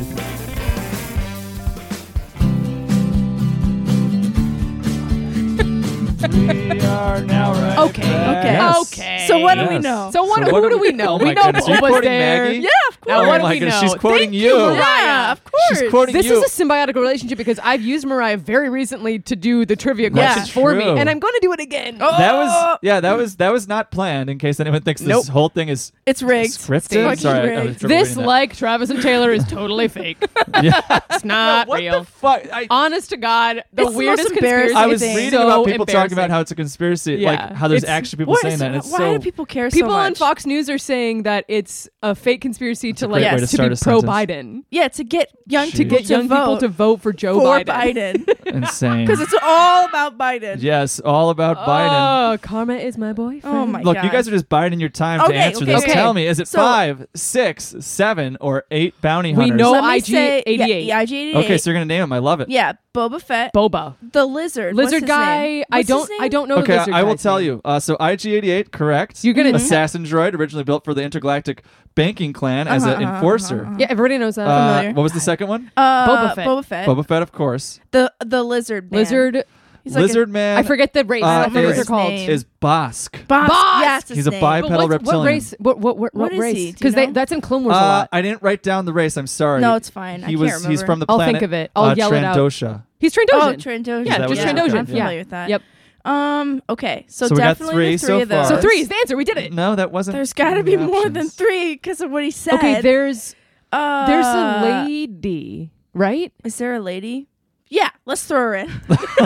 Speaker 1: We are now right
Speaker 2: Okay,
Speaker 1: back.
Speaker 3: okay.
Speaker 1: Yes.
Speaker 2: Okay.
Speaker 3: So what do we
Speaker 1: Yes.
Speaker 3: know?
Speaker 2: So what?
Speaker 1: So
Speaker 2: who do we know?
Speaker 1: Oh
Speaker 2: we
Speaker 1: my
Speaker 2: know
Speaker 1: goodness. Are you
Speaker 2: Paul was
Speaker 1: quoting
Speaker 2: there.
Speaker 1: Maggie?
Speaker 2: Yeah, of course.
Speaker 1: Now
Speaker 2: what
Speaker 1: oh
Speaker 2: do
Speaker 1: my
Speaker 2: we
Speaker 1: goodness,
Speaker 2: know?
Speaker 1: she's quoting
Speaker 2: Thank
Speaker 1: you.
Speaker 3: Yeah, of course.
Speaker 1: She's quoting
Speaker 2: This
Speaker 1: you.
Speaker 2: is a symbiotic relationship because I've used Mariah very recently to do the trivia
Speaker 1: That's
Speaker 2: questions for me,
Speaker 1: true.
Speaker 2: and I'm going to do it again. Oh,
Speaker 1: that was yeah, that was that was not planned. In case anyone thinks this
Speaker 2: Nope.
Speaker 1: whole thing is
Speaker 3: It's rigged.
Speaker 1: scripted.
Speaker 3: Fucking
Speaker 1: Sorry, I- I
Speaker 3: rigged.
Speaker 1: was trouble
Speaker 2: this,
Speaker 1: reading that.
Speaker 2: like Travis and Taylor, is totally fake.
Speaker 1: yeah.
Speaker 2: It's not
Speaker 1: what
Speaker 2: real.
Speaker 1: the fuck? I,
Speaker 2: Honest to God, the
Speaker 3: It's the most
Speaker 2: weirdest conspiracy.
Speaker 3: embarrassing
Speaker 1: I was
Speaker 3: It's
Speaker 1: reading
Speaker 2: so
Speaker 1: about people talking
Speaker 2: embarrassing.
Speaker 1: about how it's a conspiracy, like
Speaker 2: Yeah.
Speaker 1: how there's
Speaker 2: It's-
Speaker 1: actually people
Speaker 3: What
Speaker 1: saying
Speaker 3: is,
Speaker 1: that. and It's
Speaker 3: why
Speaker 1: so
Speaker 3: do people care so
Speaker 2: People
Speaker 3: much?
Speaker 2: on Fox News are saying that it's a fake conspiracy to
Speaker 1: a great
Speaker 2: like
Speaker 1: way to
Speaker 2: to,
Speaker 1: start
Speaker 2: be
Speaker 1: a
Speaker 2: pro
Speaker 1: sentence.
Speaker 2: Biden,
Speaker 3: Yeah, to get young
Speaker 1: To
Speaker 2: to
Speaker 3: people
Speaker 2: get young
Speaker 3: vote
Speaker 2: people to vote for Joe
Speaker 3: for
Speaker 2: Biden.
Speaker 3: Biden.
Speaker 1: insane.
Speaker 3: Because it's all about Biden.
Speaker 1: yes, all about Biden.
Speaker 2: Oh, karma is my boyfriend.
Speaker 3: Oh my
Speaker 1: Look,
Speaker 3: god.
Speaker 1: you guys are just biding your time to
Speaker 3: Okay,
Speaker 1: answer
Speaker 3: okay,
Speaker 1: this.
Speaker 2: okay.
Speaker 1: Tell me, is it
Speaker 3: So-
Speaker 1: five, six, seven, or eight bounty
Speaker 2: We
Speaker 1: hunters?
Speaker 2: know-
Speaker 3: Let me
Speaker 2: IG
Speaker 3: say-
Speaker 2: 88.
Speaker 3: Yeah, IG 88.
Speaker 1: Okay, so you're gonna name them. I love it.
Speaker 3: yeah, Boba Fett,
Speaker 2: Boba.
Speaker 3: the lizard, What's
Speaker 2: Lizard
Speaker 3: his
Speaker 2: guy.
Speaker 3: name?
Speaker 2: I
Speaker 3: What's his
Speaker 2: don't.
Speaker 3: name?
Speaker 2: I don't know.
Speaker 1: okay,
Speaker 2: the lizard
Speaker 1: I will
Speaker 2: guy's
Speaker 1: tell
Speaker 2: name.
Speaker 1: you. Uh, so IG-88, correct.
Speaker 2: You're
Speaker 3: Mm-hmm.
Speaker 2: gonna- Mhm.
Speaker 1: assassin droid originally built for the intergalactic banking clan as
Speaker 3: Uh-huh,
Speaker 1: an
Speaker 3: uh-huh,
Speaker 1: enforcer.
Speaker 2: Yeah, everybody knows that.
Speaker 1: Uh,
Speaker 3: Familiar.
Speaker 1: what was the second one?
Speaker 3: Uh,
Speaker 2: Boba Fett.
Speaker 3: Boba Fett.
Speaker 1: Boba Fett, of course.
Speaker 3: The the lizard. Man.
Speaker 2: Lizard.
Speaker 3: He's like a-
Speaker 1: Lizard man.
Speaker 2: I forget the race.
Speaker 1: Uh,
Speaker 2: I don't remember what they're
Speaker 1: is-
Speaker 2: called.
Speaker 3: name.
Speaker 1: Is Bosk.
Speaker 3: Boss.
Speaker 2: Boss!
Speaker 3: Yeah, it's his
Speaker 1: He's a
Speaker 3: name. Oh,
Speaker 1: bi-
Speaker 2: But
Speaker 1: Bipedal
Speaker 2: what's- what
Speaker 1: reptilian.
Speaker 2: race? What what what,
Speaker 3: What is
Speaker 2: race?
Speaker 3: he? Do
Speaker 2: Because
Speaker 3: you know?
Speaker 2: that's in Clone Wars a
Speaker 1: Uh,
Speaker 2: lot.
Speaker 1: I didn't write down the race. I'm sorry.
Speaker 3: No, it's fine. I
Speaker 1: He
Speaker 3: can't
Speaker 1: was. He's
Speaker 3: remember.
Speaker 1: from the
Speaker 2: I'll
Speaker 1: planet.
Speaker 2: think of it. I'll
Speaker 1: uh,
Speaker 2: yell it out.
Speaker 1: Trandosha.
Speaker 2: He's
Speaker 3: Oh,
Speaker 2: Trandoshan.
Speaker 3: Trandoshan.
Speaker 1: that
Speaker 2: yeah,
Speaker 1: what
Speaker 2: just
Speaker 1: it's
Speaker 2: Trandoshan.
Speaker 1: called?
Speaker 3: I'm familiar
Speaker 2: yeah.
Speaker 3: with that.
Speaker 2: Yep.
Speaker 3: Um. Okay. So,
Speaker 1: So we got
Speaker 3: definitely
Speaker 1: three
Speaker 3: the
Speaker 1: so
Speaker 3: three of those.
Speaker 1: far.
Speaker 2: So three is the answer. We did it.
Speaker 1: No, that wasn't.
Speaker 3: There's got to
Speaker 1: the
Speaker 3: be more than
Speaker 1: options.
Speaker 3: three because of what he said.
Speaker 2: Okay, there's
Speaker 3: Uh,
Speaker 2: there's a lady right?
Speaker 3: Is there a lady? Yeah, let's throw her in.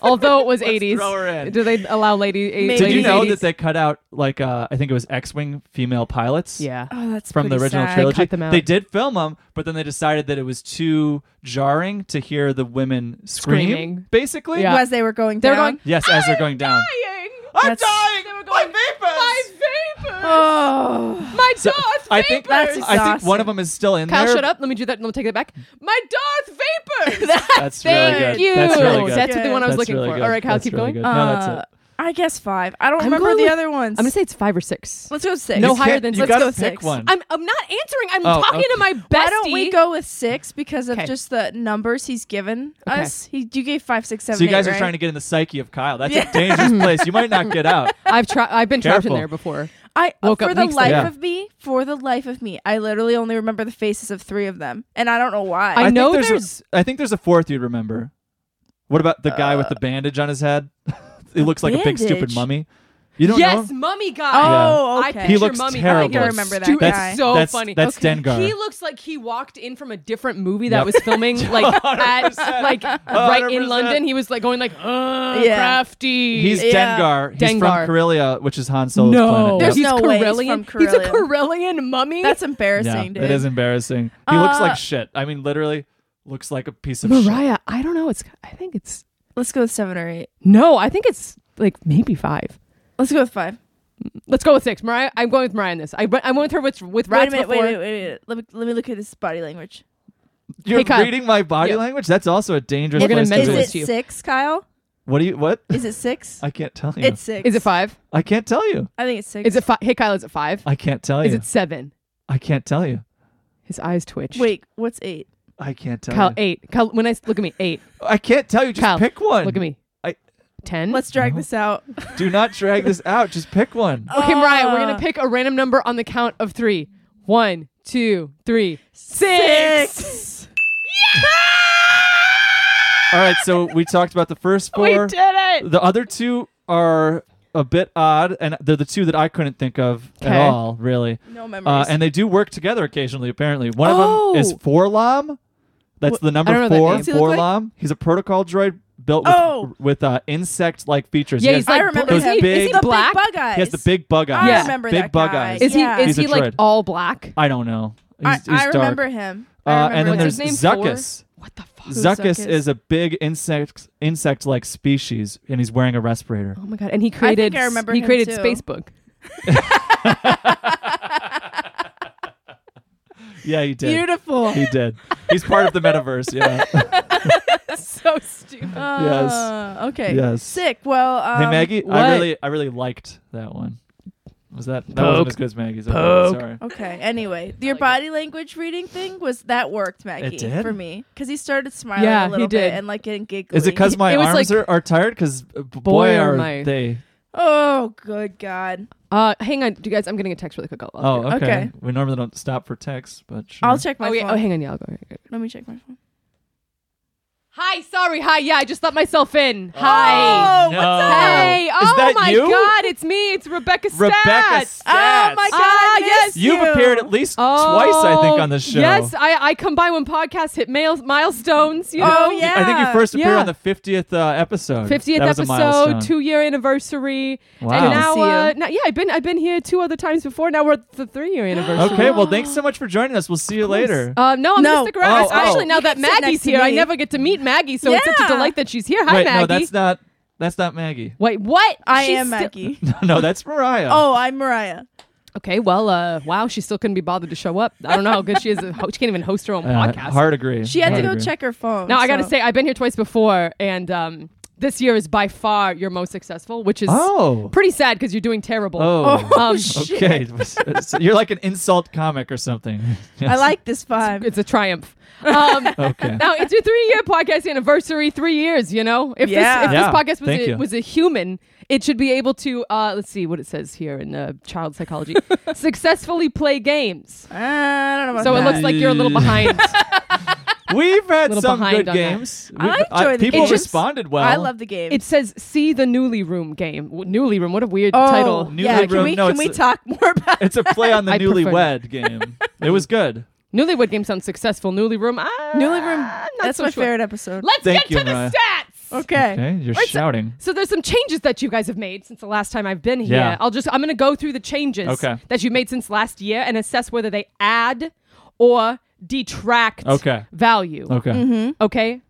Speaker 2: Although it was
Speaker 1: Let's
Speaker 2: 80s.
Speaker 1: throw her in.
Speaker 2: Do they allow lady? eight-
Speaker 3: Maybe.
Speaker 1: Did you
Speaker 2: ladies
Speaker 1: know
Speaker 2: 80s?
Speaker 1: that they cut out like uh, I think it was X-wing female pilots?
Speaker 2: Yeah.
Speaker 3: Oh, that's
Speaker 1: From the
Speaker 3: pretty
Speaker 1: original
Speaker 3: sad.
Speaker 1: trilogy,
Speaker 2: cut them out.
Speaker 1: they did film them, but then they decided that it was too jarring to hear the women scream.
Speaker 2: Screaming.
Speaker 1: Basically,
Speaker 2: Yeah.
Speaker 3: As they were going
Speaker 2: They were
Speaker 3: down.
Speaker 2: going-
Speaker 1: yes, as they're going down. I'm
Speaker 3: That's-
Speaker 1: dying. my vapors.
Speaker 3: Oh.
Speaker 2: My
Speaker 1: So,
Speaker 2: Darth
Speaker 1: I think
Speaker 3: That's
Speaker 1: I think one
Speaker 3: exhausting.
Speaker 1: of them is still in
Speaker 2: Kyle,
Speaker 1: there.
Speaker 2: shut up. Let me do that. Let me take that back. My Darth Vapors.
Speaker 1: That's really
Speaker 2: Thank
Speaker 1: good.
Speaker 2: you.
Speaker 1: That's really good.
Speaker 2: That's what the one I was
Speaker 1: That's
Speaker 2: looking
Speaker 1: really
Speaker 2: for.
Speaker 1: good.
Speaker 2: All right, Kyle,
Speaker 1: That's
Speaker 2: keep
Speaker 1: really good.
Speaker 2: going.
Speaker 1: No, that's
Speaker 3: Uh,
Speaker 1: it.
Speaker 3: I guess five. I don't
Speaker 2: I'm
Speaker 3: remember
Speaker 2: going
Speaker 3: the
Speaker 2: with-
Speaker 3: other ones.
Speaker 2: I'm gonna say it's five or six.
Speaker 3: let's go with six.
Speaker 2: No
Speaker 1: You
Speaker 2: higher
Speaker 1: can't-
Speaker 2: than
Speaker 1: you
Speaker 2: six.
Speaker 1: gotta
Speaker 3: Let's go
Speaker 1: pick
Speaker 3: six.
Speaker 1: one.
Speaker 2: I'm, I'm not answering. I'm
Speaker 1: Oh,
Speaker 2: talking
Speaker 1: okay.
Speaker 2: to my bestie.
Speaker 3: Why don't we go with six because of
Speaker 2: Okay.
Speaker 3: just the numbers he's given
Speaker 2: Okay.
Speaker 3: us? He, you gave five, six, seven,
Speaker 1: So you guys
Speaker 3: eight,
Speaker 1: are
Speaker 3: right?
Speaker 1: trying to get in the psyche of Kyle. That's
Speaker 3: Yeah.
Speaker 1: a dangerous place. You might not get out.
Speaker 2: I've tried. I've been trapped in
Speaker 1: Careful.
Speaker 2: there before.
Speaker 3: I
Speaker 2: Woke
Speaker 3: for
Speaker 2: up
Speaker 3: the
Speaker 2: weeks
Speaker 3: life
Speaker 1: later.
Speaker 3: of me, for the life of me, I literally only remember the faces of three of them, and I don't know why.
Speaker 2: I know
Speaker 1: think
Speaker 2: there's-
Speaker 1: A, I think there's a fourth you'd remember. What about the guy
Speaker 2: Uh,
Speaker 1: with the bandage on his head? it looks like a big stupid
Speaker 3: bandage?
Speaker 1: mummy. You don't
Speaker 2: Yes,
Speaker 1: know?
Speaker 2: mummy guy.
Speaker 3: oh,
Speaker 2: I
Speaker 3: okay.
Speaker 1: He
Speaker 2: picture
Speaker 1: looks
Speaker 2: mummy
Speaker 1: terrible.
Speaker 2: guy.
Speaker 1: I
Speaker 2: You're
Speaker 3: remember that
Speaker 2: stupid.
Speaker 3: guy. That's-
Speaker 2: so
Speaker 1: that's,
Speaker 2: funny.
Speaker 1: That's Dengar.
Speaker 2: He looks like he walked in from a different movie that
Speaker 1: Yep.
Speaker 2: was filming like at
Speaker 1: 100%.
Speaker 2: like right in
Speaker 1: 100%.
Speaker 2: London. He was like going like uh,
Speaker 3: Yeah.
Speaker 2: crafty.
Speaker 1: He's
Speaker 3: Yeah.
Speaker 1: Dengar. He's
Speaker 2: Dengar.
Speaker 1: from Corellia, which is Han Solo's
Speaker 2: no,
Speaker 1: planet.
Speaker 3: There's
Speaker 2: he's
Speaker 1: Yep.
Speaker 3: no way he's
Speaker 2: Corellian.
Speaker 3: from
Speaker 2: He's a
Speaker 3: Corellian.
Speaker 2: Corellian mummy.
Speaker 3: that's
Speaker 1: yeah,
Speaker 3: embarrassing, dude.
Speaker 1: it is embarrassing. He looks
Speaker 3: Uh,
Speaker 1: like shit. I mean, literally looks like a piece of shit.
Speaker 2: Mariah. I don't know. It's. I think it's.
Speaker 3: Let's go with seven or eight.
Speaker 2: No, I think it's like maybe five.
Speaker 3: Let's go with five.
Speaker 2: Let's go with six. Mariah, I'm going with Mariah on this. I, I went with her with with rats
Speaker 3: wait a minute, wait,
Speaker 2: before.
Speaker 3: wait, wait, wait, wait. Let me let me look at this body language.
Speaker 1: You're
Speaker 2: Hey, Kyle.
Speaker 1: reading my body
Speaker 2: Yeah.
Speaker 1: language. That's also a dangerous.
Speaker 2: We're gonna
Speaker 1: place to
Speaker 3: Is
Speaker 1: be.
Speaker 2: mental
Speaker 3: it
Speaker 2: to you.
Speaker 3: six, Kyle?
Speaker 1: What do you? What?
Speaker 3: Is it six?
Speaker 1: I can't tell you.
Speaker 3: It's six.
Speaker 2: Is it five?
Speaker 1: I can't tell you.
Speaker 3: I think it's six.
Speaker 2: Is it five? Hey Kyle, is it five?
Speaker 1: I can't tell
Speaker 2: Is
Speaker 1: you.
Speaker 2: it seven?
Speaker 1: I can't tell you.
Speaker 2: His eyes twitch.
Speaker 3: Wait, what's eight?
Speaker 1: I can't tell
Speaker 2: Kyle,
Speaker 1: you.
Speaker 2: eight. Kyle, when I s- look at me, eight.
Speaker 1: I can't tell you. Just
Speaker 2: Kyle,
Speaker 1: pick one.
Speaker 2: Look at me.
Speaker 1: I-
Speaker 2: Ten.
Speaker 3: Let's drag this out.
Speaker 1: Do not drag this out. Just pick one.
Speaker 2: okay, Mariah. We're gonna
Speaker 3: Uh,
Speaker 2: pick a random number on the count of three. One, two, three, six.
Speaker 3: Six.
Speaker 1: All right. So we talked about the first
Speaker 2: We
Speaker 1: four.
Speaker 2: did it.
Speaker 1: The other two are a bit odd, and they're the two that I couldn't think of
Speaker 2: Okay.
Speaker 1: at all, really.
Speaker 3: No
Speaker 1: Uh,
Speaker 3: memories.
Speaker 1: and they do work together occasionally. Apparently, one of them is
Speaker 2: Oh.
Speaker 1: Forlom. That's
Speaker 2: Wh-
Speaker 1: the
Speaker 2: I don't
Speaker 1: number
Speaker 2: know that
Speaker 1: four.
Speaker 2: name.
Speaker 3: Does he look like-
Speaker 1: Forlom. He's a protocol droid built with,
Speaker 3: Oh.
Speaker 1: with uh, insect-like features.
Speaker 2: Yeah,
Speaker 1: He has-
Speaker 2: he's like.
Speaker 3: I remember
Speaker 1: those
Speaker 3: him.
Speaker 1: big-
Speaker 2: is
Speaker 1: He's
Speaker 2: he
Speaker 1: the
Speaker 3: the
Speaker 2: black?
Speaker 3: big bug eyes.
Speaker 1: he has the big bug eyes.
Speaker 3: I
Speaker 2: Yeah.
Speaker 3: remember
Speaker 1: big
Speaker 3: that
Speaker 1: bug
Speaker 3: guy.
Speaker 1: eyes.
Speaker 2: Is
Speaker 3: Yeah.
Speaker 2: he? Is
Speaker 1: He's
Speaker 2: he
Speaker 1: a
Speaker 2: like
Speaker 1: droid.
Speaker 2: all black?
Speaker 1: I don't know.
Speaker 3: I,
Speaker 1: He's, he's
Speaker 3: I
Speaker 1: dark.
Speaker 3: remember him. I
Speaker 1: Uh,
Speaker 3: remember
Speaker 1: and then
Speaker 3: him.
Speaker 1: there's
Speaker 2: What's his name?
Speaker 1: Zuckus.
Speaker 2: What the fuck?
Speaker 3: Who's
Speaker 1: Zuckus
Speaker 3: Zuckus?
Speaker 1: is a big insect insect like species, and he's wearing a respirator.
Speaker 2: Oh my god! And he
Speaker 3: I
Speaker 2: created.
Speaker 3: think I remember
Speaker 2: he
Speaker 3: him
Speaker 2: created
Speaker 3: too.
Speaker 2: Spacebook.
Speaker 1: Yeah, he did.
Speaker 3: beautiful.
Speaker 1: He did. He's part of the metaverse. Yeah.
Speaker 2: so stupid.
Speaker 3: Uh, Okay.
Speaker 1: Yes.
Speaker 3: Sick. Well. Um,
Speaker 1: hey Maggie,
Speaker 2: what?
Speaker 1: I really I really liked that one. Was that that wasn't
Speaker 2: Poke.
Speaker 1: as good as Maggie's? Okay,
Speaker 2: Poke.
Speaker 1: Sorry.
Speaker 3: Okay. Anyway, your body language reading thing was that worked, Maggie,
Speaker 1: did?
Speaker 3: for me because he started smiling
Speaker 2: Yeah,
Speaker 3: a
Speaker 2: he
Speaker 3: little
Speaker 2: did.
Speaker 3: bit and like getting giggly.
Speaker 1: Is it because my
Speaker 2: It was
Speaker 1: arms
Speaker 2: like-
Speaker 1: are, are tired? Because boy,
Speaker 2: Boy, are
Speaker 1: are
Speaker 2: my-
Speaker 1: they.
Speaker 3: Oh, good God!
Speaker 2: Uh, hang on, you guys. I'm getting a text really quick. I'll, I'll
Speaker 1: Oh, okay.
Speaker 3: Okay.
Speaker 1: We normally don't stop for texts, but sure.
Speaker 3: I'll check my
Speaker 2: oh, yeah.
Speaker 3: phone.
Speaker 2: oh, hang on, yeah, I'll go.
Speaker 3: Let me check my phone.
Speaker 2: Hi, sorry. Hi, yeah, I just let myself in. Hi.
Speaker 3: Oh,
Speaker 1: no.
Speaker 3: what's up?
Speaker 2: Hey.
Speaker 1: Is
Speaker 2: oh
Speaker 1: that
Speaker 2: my
Speaker 1: you?
Speaker 2: God, it's me. It's Rebecca.
Speaker 1: Rebecca.
Speaker 2: Stats.
Speaker 3: Oh my
Speaker 1: Stats.
Speaker 3: God!
Speaker 2: Ah,
Speaker 3: I
Speaker 2: yes,
Speaker 3: missed
Speaker 1: You've
Speaker 3: you.
Speaker 1: appeared at least
Speaker 2: Oh,
Speaker 1: twice, I think, on the show.
Speaker 2: Yes, I, I come by when podcasts hit mail, milestones. You know?
Speaker 3: Oh yeah.
Speaker 1: I think you first appeared
Speaker 2: Yeah.
Speaker 1: on the 50th uh, episode.
Speaker 2: 50th
Speaker 1: That was a
Speaker 2: episode,
Speaker 1: milestone.
Speaker 2: two year anniversary,
Speaker 1: Wow.
Speaker 2: and
Speaker 1: Good to
Speaker 2: now,
Speaker 3: see
Speaker 2: uh,
Speaker 3: you.
Speaker 2: now, yeah, I've been I've been here two other times before. Now we're at the three year anniversary.
Speaker 1: Okay, well, thanks so much for joining us. We'll see you later.
Speaker 2: Uh, no, I'm
Speaker 3: No.
Speaker 2: gonna stick around,
Speaker 1: Oh,
Speaker 2: especially
Speaker 1: oh.
Speaker 2: now
Speaker 3: You
Speaker 2: that
Speaker 3: can sit
Speaker 2: Maggie's
Speaker 3: next to
Speaker 2: here. I
Speaker 3: me.
Speaker 2: never get to meet Maggie, so it's such a
Speaker 3: Yeah.
Speaker 2: delight that she's here. Hi,
Speaker 1: Wait,
Speaker 2: Maggie.
Speaker 1: no, that's not. That's not Maggie.
Speaker 2: Wait, what?
Speaker 3: I
Speaker 2: She's
Speaker 3: am
Speaker 2: still-
Speaker 3: Maggie.
Speaker 1: no, that's Mariah.
Speaker 3: Oh, I'm Mariah.
Speaker 2: Okay, well, uh, wow, she still couldn't be bothered to show up. I don't know how good she is. at ho- She can't even host her own
Speaker 1: Uh,
Speaker 2: podcast.
Speaker 1: hard agree.
Speaker 3: She had
Speaker 1: Hard
Speaker 3: to go
Speaker 1: agree.
Speaker 3: check her phone.
Speaker 2: now, I got to
Speaker 3: so-
Speaker 2: say, I've been here twice before, and um, this year is by far your most successful, which is
Speaker 1: Oh.
Speaker 2: pretty sad because you're doing terrible.
Speaker 1: Oh.
Speaker 3: Oh,
Speaker 2: Um,
Speaker 3: shit.
Speaker 1: okay. So you're like an insult comic or something. Yes.
Speaker 3: I like this vibe.
Speaker 2: It's a triumph. Um,
Speaker 1: Okay.
Speaker 2: Now it's your three-year podcast anniversary. Three years, you know. If
Speaker 3: Yeah.
Speaker 2: this if
Speaker 1: Yeah,
Speaker 2: this podcast was
Speaker 1: thank
Speaker 2: a,
Speaker 1: you.
Speaker 2: was a human, it should be able to. Uh, let's see what it says here in uh, child psychology: successfully play games.
Speaker 3: Uh, I don't know about
Speaker 2: So
Speaker 3: that.
Speaker 2: it looks like you're a little behind.
Speaker 1: We've had
Speaker 2: Little
Speaker 1: some
Speaker 2: behind
Speaker 1: good
Speaker 2: on that.
Speaker 1: games.
Speaker 3: I
Speaker 1: We've-
Speaker 3: enjoy the
Speaker 1: people
Speaker 3: games.
Speaker 1: responded well.
Speaker 3: I love the game.
Speaker 2: It says "See the Newly Room game." W- Newly Room, what a weird
Speaker 3: Oh.
Speaker 2: title.
Speaker 1: Newly
Speaker 3: Yeah, can
Speaker 1: Room-
Speaker 3: we
Speaker 1: no,
Speaker 3: can
Speaker 1: it's
Speaker 3: we
Speaker 1: a-
Speaker 3: talk more about?
Speaker 1: It's a play on the
Speaker 2: I prefer
Speaker 1: newlywed game. It was good.
Speaker 2: Newlywed Game sounds successful. Newly Room. Ah,
Speaker 3: Newly Room.
Speaker 2: not
Speaker 3: That's
Speaker 2: so
Speaker 3: my
Speaker 2: sure.
Speaker 3: favorite episode.
Speaker 2: Let's
Speaker 1: Thank
Speaker 2: get
Speaker 1: you,
Speaker 2: to the
Speaker 1: Mariah.
Speaker 2: stats.
Speaker 3: okay.
Speaker 1: Okay, you're
Speaker 2: Wait, so-
Speaker 1: shouting.
Speaker 2: So there's some changes that you guys have made since the last time I've been here.
Speaker 1: Yeah.
Speaker 2: I'll just I'm gonna go through the changes
Speaker 1: Okay.
Speaker 2: that you made since last year and assess whether they add or detract
Speaker 1: Okay.
Speaker 2: value.
Speaker 1: Okay.
Speaker 3: Mm-hmm.
Speaker 2: Okay?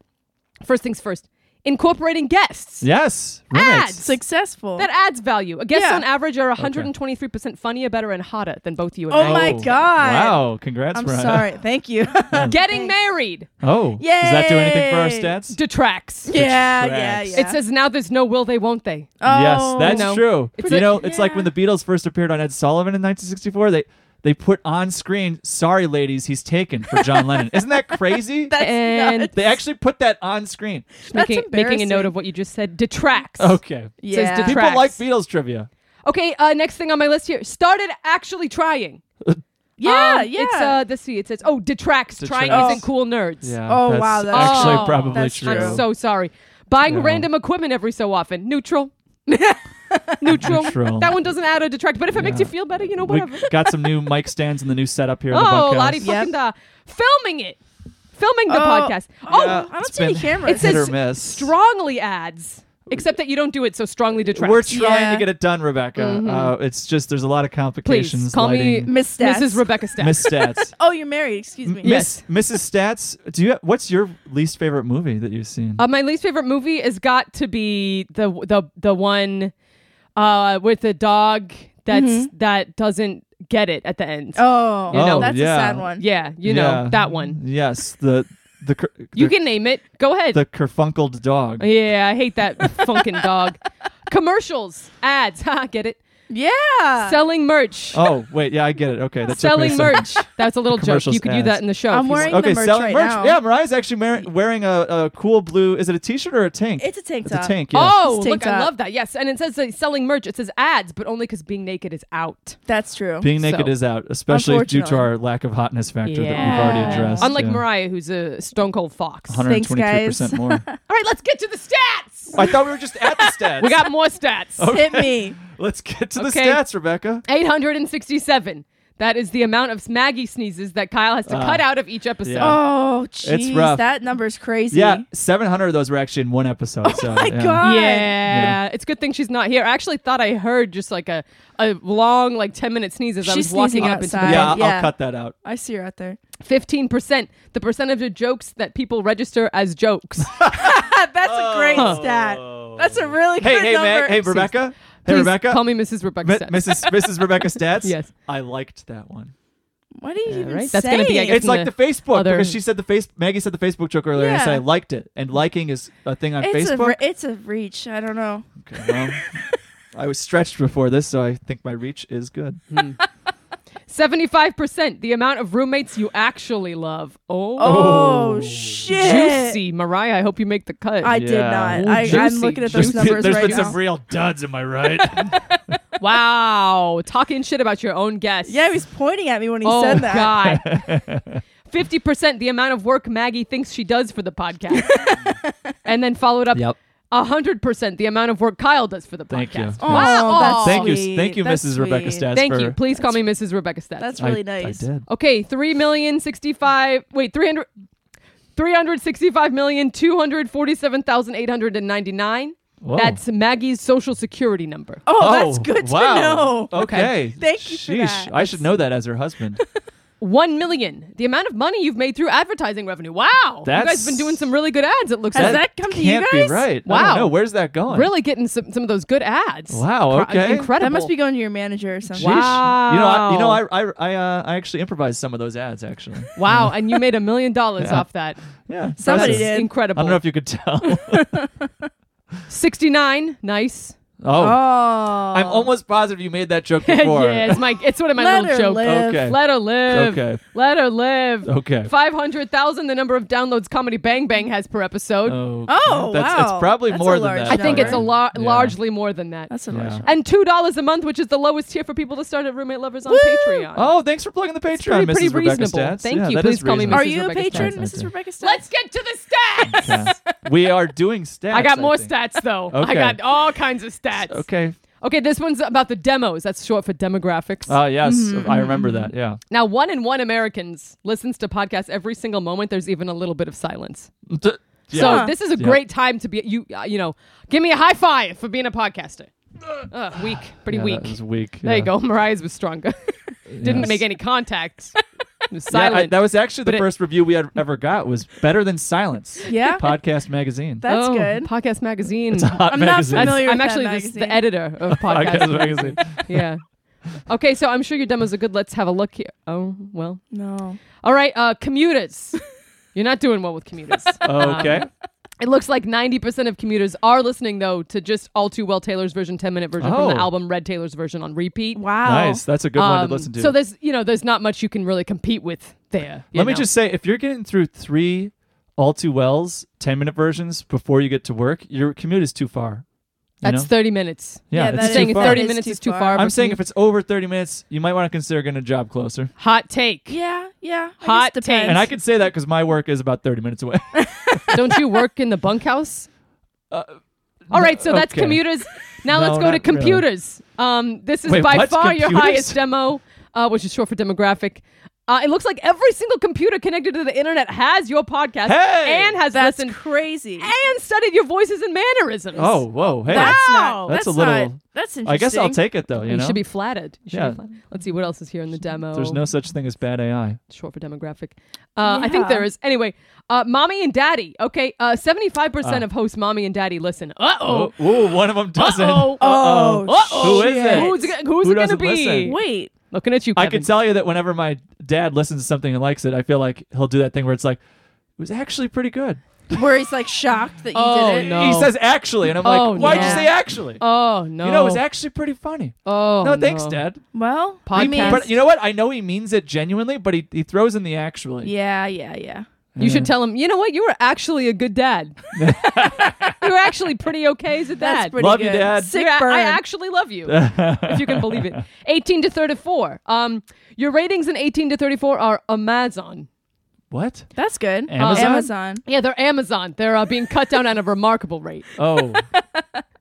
Speaker 2: First things first. Incorporating guests.
Speaker 1: Yes. Roommates.
Speaker 2: Ads.
Speaker 3: Successful.
Speaker 2: That adds value. Guests
Speaker 3: Yeah.
Speaker 2: on average are 123% funnier, better, and hotter than both you and
Speaker 3: Oh
Speaker 2: me.
Speaker 3: my
Speaker 1: Oh,
Speaker 3: God.
Speaker 1: Wow. Congrats,
Speaker 3: I'm
Speaker 1: Mariah.
Speaker 3: sorry. Thank you.
Speaker 2: Getting married
Speaker 1: Oh. Does that do anything for our
Speaker 3: Yay.
Speaker 1: stats?
Speaker 2: detracts.
Speaker 3: yeah, yeah,
Speaker 1: tracks.
Speaker 3: yeah.
Speaker 2: It says now there's no will they won't they.
Speaker 1: yes,
Speaker 3: Oh.
Speaker 1: that's
Speaker 2: No.
Speaker 1: true.
Speaker 2: It's
Speaker 1: you
Speaker 2: a-
Speaker 1: know, it's like when
Speaker 3: yeah.
Speaker 1: the Beatles first appeared on Ed Sullivan in 1964. They they put on screen, "Sorry, ladies, he's taken" for John Lennon. Isn't that crazy?
Speaker 3: That's
Speaker 2: And-
Speaker 3: nuts.
Speaker 1: they actually put that on screen.
Speaker 3: That's
Speaker 2: making, making a note
Speaker 3: embarrassing.
Speaker 2: of what you just said detracts.
Speaker 1: Okay.
Speaker 3: yeah.
Speaker 2: says
Speaker 1: People like
Speaker 2: Tracks.
Speaker 1: Beatles trivia.
Speaker 2: Okay, uh, next thing on my list here. Started actually trying.
Speaker 3: yeah,
Speaker 2: Um,
Speaker 3: yeah.
Speaker 2: It's uh, this see, it says, oh, detracts, trying
Speaker 1: Detracts.
Speaker 2: isn't cool nerds.
Speaker 1: Yeah.
Speaker 3: Oh,
Speaker 1: that's
Speaker 3: wow, that's
Speaker 1: actually
Speaker 2: true.
Speaker 1: probably
Speaker 3: That's
Speaker 1: true.
Speaker 2: I'm so sorry. Buying
Speaker 1: Yeah.
Speaker 2: random equipment every so often. Neutral. Neutral.
Speaker 1: Neutral.
Speaker 2: That one doesn't add or detract, but if it makes
Speaker 1: Yeah.
Speaker 2: you feel better, you know,
Speaker 1: we
Speaker 2: whatever.
Speaker 1: got some new mic stands and the new setup here. in the
Speaker 2: oh,
Speaker 1: bunkhouse.
Speaker 2: Lottie fucking da. Filming it. Filming the
Speaker 3: Oh,
Speaker 2: podcast. Oh,
Speaker 1: Yeah,
Speaker 3: I don't
Speaker 1: it's
Speaker 3: see any
Speaker 1: been
Speaker 3: cameras.
Speaker 2: It
Speaker 1: Hit or
Speaker 2: says
Speaker 1: miss.
Speaker 2: strongly adds, except that you don't do it, so strongly detracts.
Speaker 1: We're trying
Speaker 3: Yeah.
Speaker 1: to get it done, Rebecca. Uh, it's just there's a lot of complications.
Speaker 2: Mm-hmm. Please, call me
Speaker 1: lighting,
Speaker 3: Miss Stats.
Speaker 2: Mrs. Rebecca Stats.
Speaker 1: Miss Stats.
Speaker 3: oh, you're married. Excuse me.
Speaker 1: Miss Mrs. Stats, do you have, what's your least favorite movie that you've seen?
Speaker 2: Uh, my least favorite movie has got to be the the the one uh, with the dog that's that doesn't get it at the end.
Speaker 3: Mm-hmm. Oh,
Speaker 1: You know?
Speaker 3: that's
Speaker 1: Yeah.
Speaker 3: a sad one.
Speaker 2: Yeah, you
Speaker 1: Yeah.
Speaker 2: know that one.
Speaker 1: Yes, the the cur-
Speaker 2: You
Speaker 1: the,
Speaker 2: can name it. Go ahead.
Speaker 1: the kerfunkled dog.
Speaker 2: yeah, I hate that funkin' dog. Commercials, ads, ha, get it?
Speaker 3: Yeah.
Speaker 2: Selling merch,
Speaker 1: Oh wait, yeah, I get it. Okay, that's
Speaker 2: selling merch. That's a little joke.
Speaker 1: Commercials,
Speaker 2: You could do
Speaker 1: ads.
Speaker 2: that in the show.
Speaker 3: I'm
Speaker 2: if you
Speaker 3: wearing-
Speaker 2: want.
Speaker 1: Okay,
Speaker 3: the merch
Speaker 1: selling
Speaker 3: right
Speaker 1: merch.
Speaker 3: now.
Speaker 1: Yeah, Mariah's actually mar- wearing a, a cool blue. Is it a T-shirt or a tank?
Speaker 3: It's a tank
Speaker 1: It's a
Speaker 3: top.
Speaker 1: tank. Yeah.
Speaker 2: Oh,
Speaker 3: It's tank
Speaker 2: look, I
Speaker 3: top.
Speaker 2: love that. Yes, and it says uh, selling merch. It says ads, but only because being naked is out.
Speaker 3: That's true.
Speaker 1: Being naked
Speaker 2: So-
Speaker 1: is out, especially due to
Speaker 3: Unfortunately.
Speaker 1: our lack of hotness factor that we've already
Speaker 2: Yeah.
Speaker 1: addressed.
Speaker 2: Unlike
Speaker 1: yeah.
Speaker 2: Mariah, who's a stone cold fox. All
Speaker 1: 123%
Speaker 3: Thanks, guys.
Speaker 1: more.
Speaker 2: right, let's get to the stats.
Speaker 1: I thought we were just at the stats.
Speaker 2: We got more stats.
Speaker 3: Hit me.
Speaker 1: Let's get to the
Speaker 2: Okay.
Speaker 1: stats, Rebecca.
Speaker 2: 867. That is the amount of Maggie sneezes that Kyle has to
Speaker 3: Uh,
Speaker 1: Ah.
Speaker 2: cut out of each episode.
Speaker 1: Yeah.
Speaker 3: Oh, jeez.
Speaker 1: rough.
Speaker 3: That number's crazy.
Speaker 1: Yeah, 700 of those were actually in one episode. Oh so,
Speaker 3: my
Speaker 1: yeah.
Speaker 3: God.
Speaker 2: Yeah.
Speaker 1: Yeah.
Speaker 2: it's a good thing she's not here. I actually thought I heard just like a, a long, like 10 minute sneeze as I
Speaker 3: She's
Speaker 2: was walking
Speaker 3: sneezing
Speaker 2: up into
Speaker 3: outside.
Speaker 2: bed.
Speaker 1: Yeah, I'll-
Speaker 3: Yeah.
Speaker 1: I'll cut that out.
Speaker 3: I see her out there.
Speaker 2: 15%, the percentage of jokes that people register as jokes.
Speaker 3: That's a great stat. That's a really
Speaker 1: Oh. Hey,
Speaker 3: good
Speaker 1: hey,
Speaker 3: number.
Speaker 1: Meg, hey, Rebecca. Hey,
Speaker 2: Please
Speaker 1: Rebecca.
Speaker 2: Call me Mrs. Rebecca.
Speaker 1: Mi-
Speaker 2: Stats.
Speaker 1: Mrs. Mrs. Rebecca Stats.
Speaker 2: Yes.
Speaker 1: I liked that one.
Speaker 3: What are you even
Speaker 2: right?
Speaker 3: saying?
Speaker 2: That's gonna be, I guess-
Speaker 1: It's like
Speaker 2: the
Speaker 1: the Facebook
Speaker 2: other-
Speaker 1: because she said the face. Maggie said the Facebook joke earlier, and I said
Speaker 3: Yeah.
Speaker 1: I liked it. And liking is a thing on
Speaker 3: it's, a
Speaker 1: Facebook.
Speaker 3: re- it's a reach. I don't know.
Speaker 1: okay, well, I was stretched before this, so I think my reach is good.
Speaker 2: 75%, the amount of roommates you actually love.
Speaker 3: Oh, shit.
Speaker 2: Juicy, Mariah. I hope you make the cut.
Speaker 3: I did
Speaker 1: Yeah.
Speaker 3: not.
Speaker 2: Ooh,
Speaker 3: I, I'm
Speaker 2: juicy,
Speaker 3: looking at
Speaker 1: There's
Speaker 2: There's
Speaker 3: those
Speaker 2: been-
Speaker 3: numbers
Speaker 1: there's
Speaker 3: right
Speaker 1: been
Speaker 3: now.
Speaker 1: some real duds, am I right?
Speaker 2: wow, talking shit about your own guests.
Speaker 3: yeah, he was pointing at me when he
Speaker 2: oh
Speaker 3: said that.
Speaker 2: god. Fifty percent the amount of work Maggie thinks she does for the podcast, and then followed up.
Speaker 1: Yep.
Speaker 2: hundred percent the amount of work Kyle does for the
Speaker 1: Thank you.
Speaker 2: podcast.
Speaker 1: Oh,
Speaker 2: Wow.
Speaker 3: that's
Speaker 1: Thank you,
Speaker 3: Sweet.
Speaker 1: thank you,
Speaker 3: That's
Speaker 1: Mrs. Rebecca
Speaker 3: sweet.
Speaker 1: Stats.
Speaker 2: Thank
Speaker 1: for,
Speaker 2: you. Please call me Mrs. Rebecca Stats.
Speaker 3: That's
Speaker 1: I-
Speaker 3: really
Speaker 1: I
Speaker 3: nice.
Speaker 1: did.
Speaker 2: okay. Three million sixty-five. Wait, three hundred. 365,247,899.
Speaker 1: Whoa.
Speaker 2: That's Maggie's social security number.
Speaker 3: Oh, that's good
Speaker 1: wow.
Speaker 3: to know.
Speaker 1: Okay.
Speaker 3: Thank you for
Speaker 1: Sheesh.
Speaker 3: that.
Speaker 1: I should know that as her husband.
Speaker 2: One million. The amount of money you've made through advertising revenue. Wow.
Speaker 1: That's-
Speaker 2: you guys have been doing some really good ads, it looks
Speaker 3: Has
Speaker 2: like.
Speaker 3: that come to you
Speaker 1: Can't
Speaker 3: guys?
Speaker 1: be right. I
Speaker 2: Wow.
Speaker 1: don't know. Where's that going?
Speaker 2: really getting some, some of those good ads.
Speaker 1: Wow,
Speaker 2: Cro-
Speaker 1: okay.
Speaker 2: Incredible.
Speaker 3: That must be going to your manager or something.
Speaker 1: Sheesh. You know, I, you know,
Speaker 2: Wow.
Speaker 1: I, I, I, uh, I actually improvised some of those ads, actually.
Speaker 2: Wow, and you made a million dollars
Speaker 1: Yeah.
Speaker 2: off that.
Speaker 1: Yeah.
Speaker 3: Somebody
Speaker 1: impressive.
Speaker 3: did.
Speaker 2: It's incredible.
Speaker 1: I don't know if you could tell.
Speaker 2: 69, nice.
Speaker 1: oh.
Speaker 3: Oh,
Speaker 1: I'm almost positive you made that joke before.
Speaker 2: yeah, it's my it's one of my
Speaker 3: Let her
Speaker 2: little jokes.
Speaker 3: live.
Speaker 1: Okay.
Speaker 2: Let her live.
Speaker 1: Okay.
Speaker 2: Let her live.
Speaker 1: Okay.
Speaker 2: 500,000 the number of downloads Comedy Bang Bang has per episode.
Speaker 1: Oh,
Speaker 3: Oh,
Speaker 1: that's, It's
Speaker 3: wow.
Speaker 1: probably
Speaker 3: That's a
Speaker 1: more than
Speaker 3: large
Speaker 1: that.
Speaker 2: I think it's a lar-
Speaker 1: Yeah.
Speaker 2: largely more than that.
Speaker 3: That's a
Speaker 1: Yeah.
Speaker 3: yeah.
Speaker 2: and two dollars a month, which is the lowest tier for people to start at Roommate Lovers on
Speaker 3: Woo!
Speaker 2: Patreon.
Speaker 1: Oh, thanks for plugging the Patreon,
Speaker 2: pretty-
Speaker 1: Mrs.
Speaker 2: pretty
Speaker 1: Rebecca
Speaker 2: reasonable.
Speaker 1: Stats.
Speaker 2: Thank
Speaker 1: Yeah,
Speaker 2: you.
Speaker 1: that
Speaker 2: Please
Speaker 1: is
Speaker 2: call me
Speaker 1: reasonable.
Speaker 3: Are
Speaker 2: Mrs.
Speaker 3: you a
Speaker 2: Rebecca
Speaker 3: patron,
Speaker 1: Stats, I
Speaker 3: Mrs.
Speaker 1: do.
Speaker 3: Rebecca? Stats?
Speaker 2: Let's get to the stats.
Speaker 1: Yeah. we are doing stats.
Speaker 2: I got more
Speaker 1: think.
Speaker 2: stats though. I
Speaker 1: Okay.
Speaker 2: got all kinds of stats.
Speaker 1: Okay.
Speaker 2: Okay, this one's about the demos. That's short for demographics.
Speaker 1: Oh yes,
Speaker 2: Mm-hmm.
Speaker 1: I remember that. Yeah.
Speaker 2: now, one in one Americans listens to podcasts every single moment. There's even a little bit of silence.
Speaker 1: Yeah.
Speaker 2: So
Speaker 3: Huh.
Speaker 2: this is a
Speaker 1: Yeah.
Speaker 2: great time to be you. Uh, you know, give me a high five for being a podcaster. Ugh, weak, pretty
Speaker 1: Yeah,
Speaker 2: weak.
Speaker 1: That was weak.
Speaker 2: There you
Speaker 1: yeah.
Speaker 2: go. Mariah's was stronger. Didn't
Speaker 1: Yes.
Speaker 2: make any contact. It was
Speaker 1: Yeah, I-
Speaker 2: silent.
Speaker 1: that was actually
Speaker 2: But
Speaker 1: the
Speaker 2: it-
Speaker 1: first review we had ever got was better than silence.
Speaker 3: Yeah.
Speaker 1: Podcast magazine.
Speaker 3: That's
Speaker 2: Oh,
Speaker 3: good.
Speaker 2: Podcast magazine.
Speaker 1: It's a hot
Speaker 3: I'm not
Speaker 1: magazine.
Speaker 2: That's-
Speaker 3: familiar
Speaker 2: I'm
Speaker 3: with that
Speaker 2: actually this- the
Speaker 3: magazine.
Speaker 2: editor of podcast.
Speaker 1: podcast magazine.
Speaker 2: yeah. Okay, so I'm sure your demos are good. Let's have a look here. Oh well.
Speaker 3: No.
Speaker 2: All right, uh, commuters. You're not doing well with commuters.
Speaker 1: Okay.
Speaker 2: Um, it looks like 90% of commuters are listening though to just all too well Taylor's version, 10 minute version from
Speaker 1: Oh.
Speaker 2: the album Red Taylor's version on repeat.
Speaker 3: Wow.
Speaker 1: Nice. That's a good one
Speaker 2: Um,
Speaker 1: to listen to.
Speaker 2: So there's you know there's not much you can really compete with there. you
Speaker 1: Let me
Speaker 2: know.
Speaker 1: just say, if you're getting through three all too wells, ten minute versions before you get to work, your commute is too far. You
Speaker 2: that's
Speaker 1: know?
Speaker 2: 30 minutes.
Speaker 3: yeah,
Speaker 1: yeah,
Speaker 3: that
Speaker 1: it's
Speaker 3: is-
Speaker 1: too
Speaker 2: Saying
Speaker 1: far.
Speaker 2: 30
Speaker 3: It's
Speaker 2: minutes
Speaker 3: too
Speaker 2: is too
Speaker 3: far.
Speaker 2: far.
Speaker 1: I'm
Speaker 2: but
Speaker 1: saying
Speaker 2: you-
Speaker 1: if it's over 30 minutes, you might want to consider getting a job closer.
Speaker 2: hot take.
Speaker 3: Yeah. Yeah. I guess
Speaker 2: Hot
Speaker 3: depends.
Speaker 2: take.
Speaker 1: And I could say that because my work is about 30 minutes away.
Speaker 2: Don't you work in the bunkhouse?
Speaker 1: Uh,
Speaker 2: All right, so that's
Speaker 1: okay.
Speaker 2: commuters. Now
Speaker 1: No,
Speaker 2: let's go to
Speaker 1: not
Speaker 2: computers. Um, this is
Speaker 1: Wait,
Speaker 2: by
Speaker 1: what's
Speaker 2: far your
Speaker 1: computers?
Speaker 2: highest demo, uh, which is short for demographic. Uh, it looks like every single computer connected to the internet has your podcast
Speaker 1: Hey!
Speaker 2: and has
Speaker 3: That's
Speaker 2: listened
Speaker 3: crazy.
Speaker 2: and studied your voices and mannerisms.
Speaker 1: oh, whoa. Hey.
Speaker 3: That's
Speaker 2: Wow.
Speaker 3: not.
Speaker 1: That's
Speaker 3: That's,
Speaker 1: a little-
Speaker 3: Not, that's interesting.
Speaker 1: I guess I'll take it though.
Speaker 2: you,
Speaker 1: You know,
Speaker 2: should be flattered. You should
Speaker 1: Yeah.
Speaker 2: be flattered. Let's see what else is here in the demo.
Speaker 1: there's no such thing as bad AI.
Speaker 2: short for demographic. Uh, I think
Speaker 3: Yeah.
Speaker 2: there is. Anyway, uh, mommy and daddy. Okay, uh, seventy-five
Speaker 1: Ah.
Speaker 2: percent of hosts, mommy and daddy, listen. Uh oh.
Speaker 1: Oh, ooh, one of them doesn't.
Speaker 2: Uh-oh.
Speaker 3: Oh.
Speaker 1: Who is
Speaker 3: shit.
Speaker 1: it?
Speaker 2: Who's it, who's
Speaker 1: Who
Speaker 2: it gonna
Speaker 1: doesn't
Speaker 2: be?
Speaker 1: listen?
Speaker 3: Wait.
Speaker 2: Looking at you,
Speaker 1: I
Speaker 2: Kevin.
Speaker 1: can tell you that whenever my dad listens to something and likes it, I feel like he'll do that thing where it's like, it was actually pretty good.
Speaker 3: Where he's like shocked that you
Speaker 2: Oh,
Speaker 3: did it.
Speaker 2: no.
Speaker 1: He says actually, and I'm like,
Speaker 2: Oh,
Speaker 1: why'd
Speaker 3: yeah.
Speaker 1: you say actually?
Speaker 2: Oh no!
Speaker 1: You know, it was actually pretty funny.
Speaker 2: oh
Speaker 1: no, thanks, Dad.
Speaker 3: Well, I
Speaker 2: Podcast.
Speaker 3: mean,
Speaker 1: But you know what? I know he means it genuinely, but he, he throws in the actually.
Speaker 3: yeah, yeah, yeah.
Speaker 2: You should tell him. You know what? You were actually a good dad. you were actually pretty okay as a dad.
Speaker 3: That's pretty
Speaker 1: Love
Speaker 3: good.
Speaker 1: you, Dad.
Speaker 3: Sick
Speaker 2: You're a-
Speaker 3: burn.
Speaker 2: I actually love you, if you can believe it. 18 to 34. Um, your ratings in 18 to 34 are Amazon.
Speaker 1: What?
Speaker 3: that's good.
Speaker 1: Amazon?
Speaker 3: Amazon.
Speaker 2: Yeah, they're Amazon. They're uh, being cut down at a remarkable rate.
Speaker 1: Oh.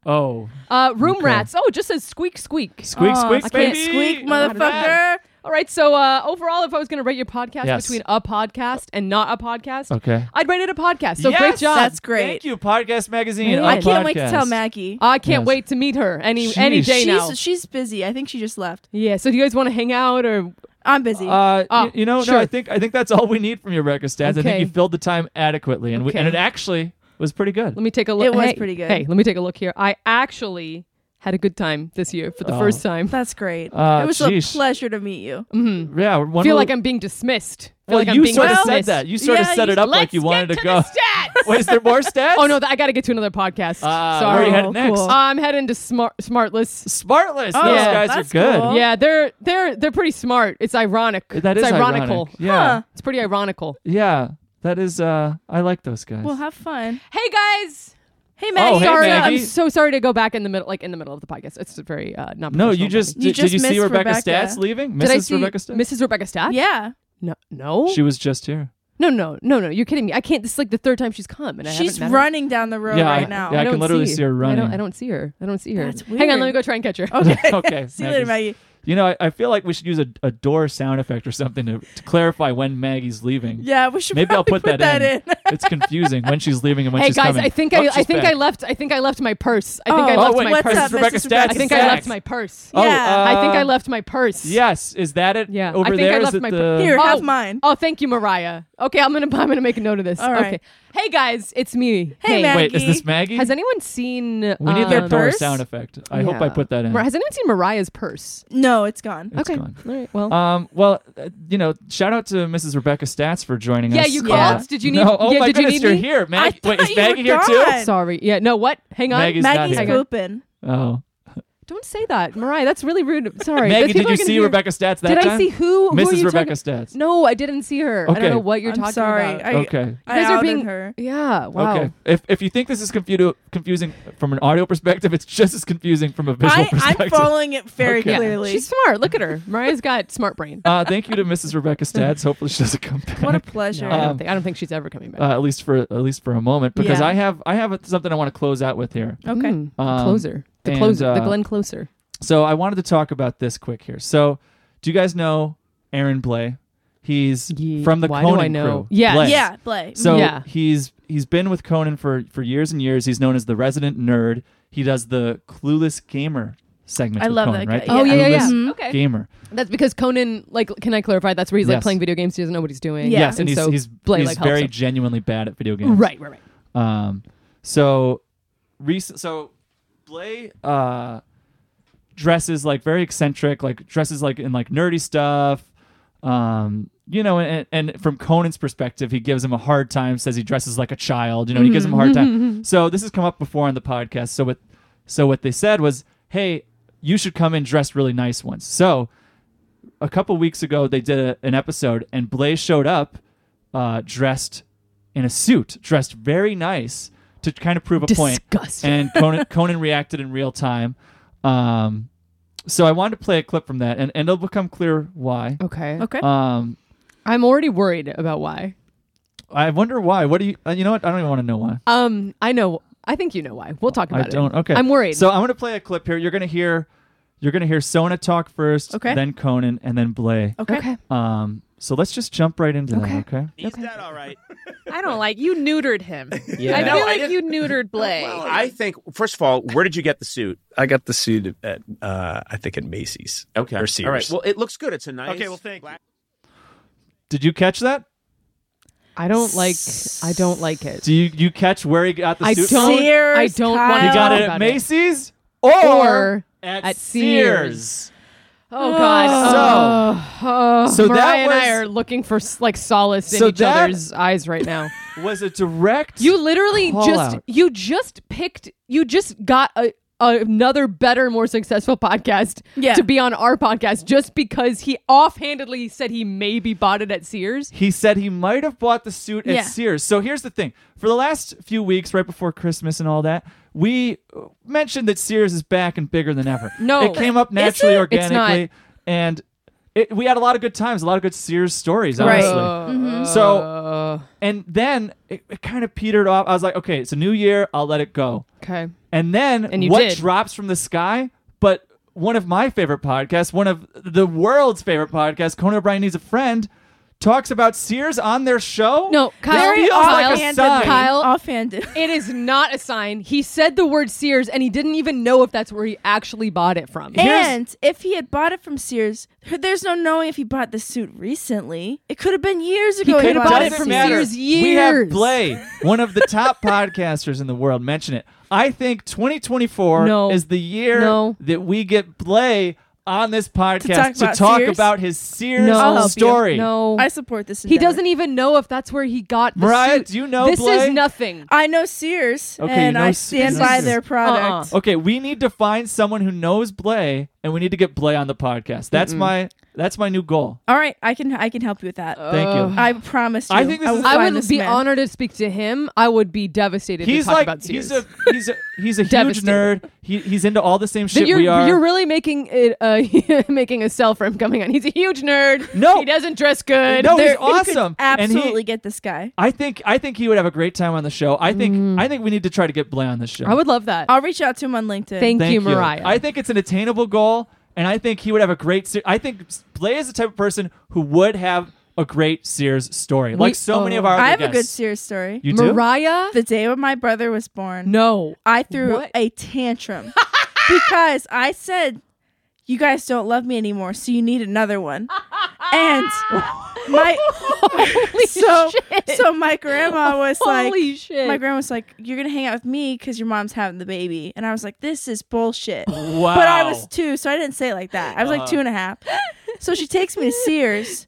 Speaker 1: oh.
Speaker 2: Uh, room
Speaker 1: Okay.
Speaker 2: rats. Oh, it just says squeak, squeak.
Speaker 1: Squeak,
Speaker 3: Oh,
Speaker 1: squeak,
Speaker 3: I
Speaker 1: baby.
Speaker 3: can't squeak,
Speaker 1: Look at that.
Speaker 3: motherfucker.
Speaker 2: All right. So uh, overall, if I was going to rate your podcast
Speaker 1: Yes.
Speaker 2: between a podcast and not a podcast,
Speaker 1: Okay.
Speaker 2: I'd rate it a podcast. So
Speaker 1: Yes!
Speaker 2: great job.
Speaker 3: That's great.
Speaker 1: Thank you, Podcast Magazine.
Speaker 2: Man.
Speaker 1: a
Speaker 3: I can't wait to
Speaker 1: podcast.
Speaker 3: tell Maggie.
Speaker 2: I can't
Speaker 1: Yes.
Speaker 2: wait to meet her any any
Speaker 1: Jeez.
Speaker 2: day
Speaker 3: she's
Speaker 2: now.
Speaker 3: she's busy. I think she just left.
Speaker 2: Yeah. So do you guys want to hang out or?
Speaker 3: I'm busy.
Speaker 1: Uh, y-
Speaker 2: Oh,
Speaker 1: you know,
Speaker 2: sure.
Speaker 1: no, I think I think that's all we need from your record stats. I
Speaker 2: Okay.
Speaker 1: think you filled the time adequately, and we, and it
Speaker 2: Okay.
Speaker 1: actually was pretty good.
Speaker 2: Let me take a look.
Speaker 3: It was
Speaker 2: Hey,
Speaker 3: pretty good.
Speaker 2: Hey, let me take a look here. I actually had a good time this year for the
Speaker 1: Oh.
Speaker 2: first time.
Speaker 3: That's great.
Speaker 1: Uh,
Speaker 3: it was
Speaker 1: sheesh.
Speaker 3: a pleasure to meet you.
Speaker 1: Yeah, one
Speaker 2: I Mm. feel
Speaker 1: little-
Speaker 2: like I'm being dismissed. I feel
Speaker 1: Well,
Speaker 2: like I'm
Speaker 1: you
Speaker 2: being
Speaker 1: sort of said
Speaker 2: dismissed.
Speaker 1: that. You sort
Speaker 3: Yeah,
Speaker 1: of set
Speaker 3: you-
Speaker 1: it up like
Speaker 2: Let's
Speaker 1: you wanted
Speaker 2: get
Speaker 1: to
Speaker 2: to
Speaker 1: go.
Speaker 2: The stats.
Speaker 1: Wait, is there more stats?
Speaker 2: oh no, th- I got to get to another podcast.
Speaker 1: Uh,
Speaker 2: Sorry.
Speaker 1: Where are you
Speaker 3: Oh,
Speaker 1: headed next?
Speaker 3: cool.
Speaker 2: I'm heading to smart smartless.
Speaker 1: Smartless.
Speaker 3: Oh,
Speaker 1: Those
Speaker 2: yeah.
Speaker 1: guys are
Speaker 3: that's
Speaker 1: good.
Speaker 3: cool.
Speaker 2: Yeah, they're they're they're pretty smart. It's ironic.
Speaker 1: That
Speaker 2: it's
Speaker 1: is
Speaker 2: ironical.
Speaker 1: ironic. Yeah.
Speaker 3: Huh.
Speaker 2: It's pretty ironical.
Speaker 1: Yeah. That is. Uh, I like those guys.
Speaker 3: Well, have fun.
Speaker 2: Hey guys.
Speaker 3: Hey, Maggie.
Speaker 1: Oh, hey,
Speaker 2: sorry,
Speaker 1: Maggie.
Speaker 2: I'm so sorry to go back in the middle, like in the middle of the podcast. It's very uh, not.
Speaker 1: no, you
Speaker 2: professional
Speaker 1: just
Speaker 2: of
Speaker 1: did,
Speaker 3: You
Speaker 1: did
Speaker 3: just
Speaker 1: you see
Speaker 3: missed
Speaker 1: Rebecca,
Speaker 3: Rebecca.
Speaker 1: Stats leaving?
Speaker 2: me. Did
Speaker 1: Mrs.
Speaker 2: I see
Speaker 1: Rebecca Stats.
Speaker 2: Mrs. Rebecca Stats?
Speaker 3: Yeah,
Speaker 2: No, no,
Speaker 1: She was just here.
Speaker 2: no, no, no, no. You're kidding me. I can't. This is like the third time she's come, and I
Speaker 3: she's
Speaker 2: haven't met her.
Speaker 3: running down the road
Speaker 1: Yeah, I-
Speaker 3: right now.
Speaker 1: yeah, I
Speaker 2: don't
Speaker 1: can literally see her
Speaker 2: I don't,
Speaker 1: running. Oh,
Speaker 2: I don't see her. I don't see her.
Speaker 3: That's
Speaker 2: Hang on,
Speaker 3: weird.
Speaker 2: let me go try and catch her.
Speaker 3: Okay.
Speaker 1: okay.
Speaker 3: See you later,
Speaker 1: Maggie's-
Speaker 3: Maggie.
Speaker 1: You know, I, I feel like we should use a, a door sound effect or something to, to clarify when Maggie's leaving.
Speaker 3: Yeah, we should
Speaker 1: Maybe I'll
Speaker 3: probably
Speaker 1: put, that, in. it's confusing when she's leaving and when
Speaker 2: hey
Speaker 1: she's
Speaker 2: guys,
Speaker 1: coming.
Speaker 2: I think
Speaker 1: Oh,
Speaker 2: I, I
Speaker 1: she's
Speaker 2: think
Speaker 1: back.
Speaker 2: I left. I think I left my purse. I think I
Speaker 3: Oh,
Speaker 2: left
Speaker 1: oh, wait,
Speaker 2: my
Speaker 3: what's
Speaker 2: purse.
Speaker 1: Mrs.
Speaker 3: up,
Speaker 1: Rebecca
Speaker 3: Mrs.
Speaker 1: Stats.
Speaker 3: Rebecca
Speaker 2: I think I
Speaker 1: Stats.
Speaker 2: left my purse.
Speaker 1: Oh,
Speaker 3: Yeah.
Speaker 2: I think I
Speaker 1: uh,
Speaker 2: left my purse.
Speaker 1: Yes, is that it?
Speaker 2: Yeah, I
Speaker 1: over
Speaker 2: think I
Speaker 1: there. Is
Speaker 2: left
Speaker 1: it
Speaker 2: my-
Speaker 1: the-
Speaker 3: Here,
Speaker 2: Oh.
Speaker 3: have mine.
Speaker 2: Oh, thank you, Mariah. Okay, I'm gonna I'm gonna make a note of this.
Speaker 3: All
Speaker 2: okay.
Speaker 3: right.
Speaker 2: Hey guys, it's me.
Speaker 3: Hey, Maggie.
Speaker 1: Wait, is this Maggie?
Speaker 2: Has anyone seen?
Speaker 1: we need
Speaker 3: Their
Speaker 1: that door
Speaker 3: purse?
Speaker 1: sound effect. I hope I
Speaker 2: yeah.
Speaker 1: put that in.
Speaker 2: Mar- Has anyone seen Mariah's purse?
Speaker 3: No, it's gone.
Speaker 1: It's
Speaker 2: okay.
Speaker 1: gone.
Speaker 2: All right. Well.
Speaker 1: Um, well, uh, you know, shout out to Mrs. Rebecca Stats for joining
Speaker 2: Yeah,
Speaker 1: us.
Speaker 2: you
Speaker 1: Uh,
Speaker 2: called? Did you need-
Speaker 1: No, oh
Speaker 2: yeah,
Speaker 1: my
Speaker 2: did you
Speaker 1: goodness,
Speaker 2: need
Speaker 1: are
Speaker 2: me?
Speaker 1: here. Maggie,
Speaker 3: I
Speaker 1: wait,
Speaker 3: thought
Speaker 1: is
Speaker 3: you
Speaker 1: Maggie
Speaker 3: were
Speaker 1: here too?
Speaker 3: gone.
Speaker 2: Sorry. Yeah. No. What? Hang on.
Speaker 1: Maggie's not
Speaker 3: Maggie's
Speaker 1: here.
Speaker 3: pooping.
Speaker 1: Oh,
Speaker 2: Don't say that, Mariah. That's really rude. Sorry.
Speaker 1: Maggie,
Speaker 2: Those
Speaker 1: did
Speaker 2: people are
Speaker 1: you
Speaker 2: gonna
Speaker 1: see
Speaker 2: hear-
Speaker 1: Rebecca Stats that
Speaker 2: Did
Speaker 1: time?
Speaker 2: I see who? who are
Speaker 1: Mrs.
Speaker 2: you
Speaker 1: Rebecca
Speaker 2: talking-
Speaker 1: Stats.
Speaker 2: No, I didn't see her. I
Speaker 1: Okay.
Speaker 2: don't know what you're
Speaker 3: I'm
Speaker 2: talking
Speaker 3: sorry.
Speaker 2: about.
Speaker 3: I,
Speaker 1: Okay.
Speaker 3: I
Speaker 2: You guys are
Speaker 3: outed
Speaker 2: being-
Speaker 3: her.
Speaker 2: yeah. Wow.
Speaker 1: Okay. If if you think this is confu- confusing from an audio perspective, it's just as confusing from a visual
Speaker 3: I, I'm
Speaker 1: perspective.
Speaker 3: following it very
Speaker 1: Okay. Yeah,
Speaker 3: clearly.
Speaker 2: She's smart. Look at her. Mariah's got smart brain.
Speaker 1: uh, thank you to Mrs. Rebecca Stats. Hopefully, she doesn't come back.
Speaker 3: what a pleasure.
Speaker 2: No, I, don't
Speaker 1: Um,
Speaker 2: think, I don't think she's ever coming back.
Speaker 1: uh, at least for at least for a moment, because
Speaker 3: Yeah.
Speaker 1: I have I have something I want to close out with here.
Speaker 3: okay.
Speaker 2: Mm, a
Speaker 1: Um,
Speaker 2: closer. the
Speaker 1: And,
Speaker 2: closer, the
Speaker 1: uh,
Speaker 2: Glenn Closer.
Speaker 1: So I wanted to talk about this quick here. So do you guys know Aaron Blay? He's
Speaker 2: Ye-
Speaker 1: from the
Speaker 2: why do
Speaker 1: Conan
Speaker 2: I know?
Speaker 1: crew.
Speaker 2: Yes.
Speaker 1: Blay.
Speaker 3: Yeah, Blay. Mm-hmm.
Speaker 1: So
Speaker 2: Yeah.
Speaker 1: he's he's been with Conan for for years and years. He's known as the resident nerd. He does the clueless gamer segment.
Speaker 3: I
Speaker 1: with
Speaker 3: love
Speaker 1: Conan,
Speaker 3: that guy,
Speaker 1: Right?
Speaker 3: yeah. Oh,
Speaker 1: The
Speaker 3: yeah,
Speaker 1: clueless
Speaker 2: Mm-hmm. Okay.
Speaker 1: Gamer.
Speaker 2: That's because Conan, like, can I clarify? That's where he's like
Speaker 1: Yes.
Speaker 2: playing video games. He doesn't know what he's doing.
Speaker 3: Yeah.
Speaker 1: Yes, and, he's
Speaker 2: so
Speaker 1: he's,
Speaker 2: Blay,
Speaker 1: he's
Speaker 2: like, helps
Speaker 1: very
Speaker 2: him.
Speaker 1: genuinely bad at video games.
Speaker 2: Right, right, right.
Speaker 1: Um, so recent, so Blay uh, dresses like very eccentric, like dresses like in like nerdy stuff. Um, you know, and, and from Conan's perspective, he gives him a hard time. Says he dresses like a child. You know, he gives him a hard time. so this has come up before on the podcast. So what, so what they said was, hey, you should come in dressed really nice once. So a couple weeks ago they did a, an episode and Blaze showed up uh, dressed in a suit, dressed very nice to kind of prove a point.
Speaker 2: Disgusting.
Speaker 1: And Conan, Conan reacted in real time. Um, so I wanted to play a clip from that, and, and it'll become clear why.
Speaker 2: okay.
Speaker 3: Okay.
Speaker 1: Um,
Speaker 2: I'm already worried about why.
Speaker 1: I wonder why. What do you? Uh, you know what? I don't even want to know why.
Speaker 2: Um, I know. I think you know why. We'll talk about
Speaker 1: I
Speaker 2: it.
Speaker 1: don't. Okay.
Speaker 2: I'm worried.
Speaker 1: So I'm going to play a clip here. You're going to hear, you're going to hear Sona talk first,
Speaker 3: Okay.
Speaker 1: then Conan, and then Blay.
Speaker 3: okay.
Speaker 1: Um, so let's just jump right into
Speaker 2: Okay.
Speaker 1: that. Okay.
Speaker 5: He's dead, all right.
Speaker 6: I don't like you neutered him. I
Speaker 5: No,
Speaker 6: feel
Speaker 5: I
Speaker 6: like
Speaker 5: didn't-
Speaker 6: you neutered Blake.
Speaker 5: Well, I think first of all, where did you get the suit?
Speaker 7: I got the suit at uh, I think at Macy's. Or Sears.
Speaker 5: all right. Well, it looks good. It's a nice.
Speaker 7: Okay, well, thank you.
Speaker 1: Did you catch that?
Speaker 2: I don't like. I don't like it.
Speaker 1: Do you you catch where he got the
Speaker 2: I
Speaker 1: suit?
Speaker 2: don't.
Speaker 3: Sears,
Speaker 2: I don't
Speaker 3: Kyle.
Speaker 2: want to
Speaker 1: He got
Speaker 2: talk
Speaker 1: it at
Speaker 2: about
Speaker 1: Macy's or,
Speaker 2: Or
Speaker 1: at,
Speaker 2: at
Speaker 1: Sears.
Speaker 2: Oh God. So,
Speaker 1: so that
Speaker 2: Oh, Mariah and I
Speaker 1: was-
Speaker 2: are looking for s- like solace
Speaker 1: So
Speaker 2: in each
Speaker 1: that-
Speaker 2: other's eyes right now.
Speaker 1: Was a direct.
Speaker 2: You literally
Speaker 1: Call
Speaker 2: just
Speaker 1: out.
Speaker 2: you just picked you just got a, another better, more successful podcast
Speaker 3: Yeah.
Speaker 2: to be on our podcast just because he offhandedly said he maybe bought it at Sears.
Speaker 1: He said he might have bought the suit at
Speaker 3: Yeah.
Speaker 1: Sears. So here's the thing: for the last few weeks, right before Christmas and all that, we uh, mentioned that Sears is back and bigger than ever.
Speaker 2: No.
Speaker 1: it came up naturally,
Speaker 2: it? It's not.
Speaker 1: organically, and it, we had a lot of good times, a lot of good Sears stories.
Speaker 3: Right.
Speaker 1: Honestly,
Speaker 2: Uh,
Speaker 1: So- and then it, it kind of petered off. I was like, okay, it's a new year. I'll let it go.
Speaker 2: okay.
Speaker 1: And then
Speaker 2: And you
Speaker 1: what
Speaker 2: did.
Speaker 1: drops from the sky? But one of my favorite podcasts, one of the world's favorite podcasts, Conan O'Brien Needs a Friend, talks about Sears on their show.
Speaker 2: No, Kyle,
Speaker 1: This feels like a
Speaker 2: Kyle,
Speaker 1: sign.
Speaker 2: Kyle,
Speaker 3: Offhanded.
Speaker 2: It is not a sign. He said the word Sears and he didn't even know if that's where he actually bought it from.
Speaker 1: Here's-
Speaker 3: And if he had bought it from Sears, there's no knowing if he bought the suit recently. It could have been years ago.
Speaker 2: could have
Speaker 1: It
Speaker 2: bought it
Speaker 1: doesn't
Speaker 2: from
Speaker 1: matter.
Speaker 2: Sears
Speaker 1: We have
Speaker 2: years.
Speaker 1: Blay, one of the top podcasters in the world, mention it. I think 2024
Speaker 2: No.
Speaker 1: is the year
Speaker 2: No.
Speaker 1: that we get Blay on this podcast
Speaker 3: talk
Speaker 1: to
Speaker 3: about
Speaker 1: talk
Speaker 3: Sears?
Speaker 1: about his Sears
Speaker 2: No. I'll help you.
Speaker 1: story.
Speaker 2: No.
Speaker 3: I support this.
Speaker 2: he
Speaker 3: endeavor.
Speaker 2: doesn't even know if that's where he got the
Speaker 1: Mariah,
Speaker 2: suit.
Speaker 1: do you know
Speaker 2: This
Speaker 1: Blay?
Speaker 2: is nothing.
Speaker 3: I know Sears,
Speaker 1: Okay, you
Speaker 3: and
Speaker 1: know
Speaker 3: I
Speaker 1: Sears. Uh-uh.
Speaker 3: stand
Speaker 1: This
Speaker 3: by
Speaker 1: is-
Speaker 3: their product.
Speaker 1: Okay, we need to find someone who knows Blay, and we need to get Blay on the podcast. That's my that's my new goal.
Speaker 3: All right, I can I can help you with that.
Speaker 1: Thank
Speaker 2: Oh.
Speaker 1: you.
Speaker 3: I promise you.
Speaker 1: I think this
Speaker 3: will
Speaker 1: is-
Speaker 2: I
Speaker 3: find
Speaker 2: would
Speaker 3: this
Speaker 2: be
Speaker 3: man.
Speaker 2: honored to speak to him. I would be devastated
Speaker 1: he's
Speaker 2: to talk
Speaker 1: like
Speaker 2: about Sears.
Speaker 1: he's a he's a he's a huge
Speaker 2: Devastated.
Speaker 1: nerd. He, he's into all the same
Speaker 2: That
Speaker 1: shit
Speaker 2: you're,
Speaker 1: we are.
Speaker 2: you're really making it uh, making a sell for him coming on. He's a huge nerd.
Speaker 1: No.
Speaker 2: he doesn't dress good.
Speaker 1: no,
Speaker 3: There-
Speaker 1: he's
Speaker 3: you could
Speaker 1: awesome. And he-
Speaker 3: Absolutely get this guy.
Speaker 1: I think I think he would have a great time on the show. I think I think we need to try to get Blay on this show.
Speaker 2: Mm. I would love that.
Speaker 3: I'll reach out to him on LinkedIn.
Speaker 2: Thank, you, Mariah.
Speaker 1: I think it's an attainable goal, and I think he would have a great. Se- I think Blay is the type of person who would have a great Sears story, like so many of our.
Speaker 2: oh.
Speaker 1: Other
Speaker 3: I have a
Speaker 1: guests.
Speaker 3: good Sears story.
Speaker 1: You do.
Speaker 2: Mariah.
Speaker 3: The day when my brother was born,
Speaker 2: no,
Speaker 3: I threw
Speaker 2: What?
Speaker 3: a tantrum because I said, "You guys don't love me anymore, so you need another one." And my so so my grandma was like,
Speaker 2: holy shit.
Speaker 3: my grandma was like, "You're gonna hang out with me because your mom's having the baby," and I was like, "This is bullshit."
Speaker 1: Wow. Uh-huh.
Speaker 3: But I was two, so I didn't say it like that. I was like two and a half. So she takes me to Sears,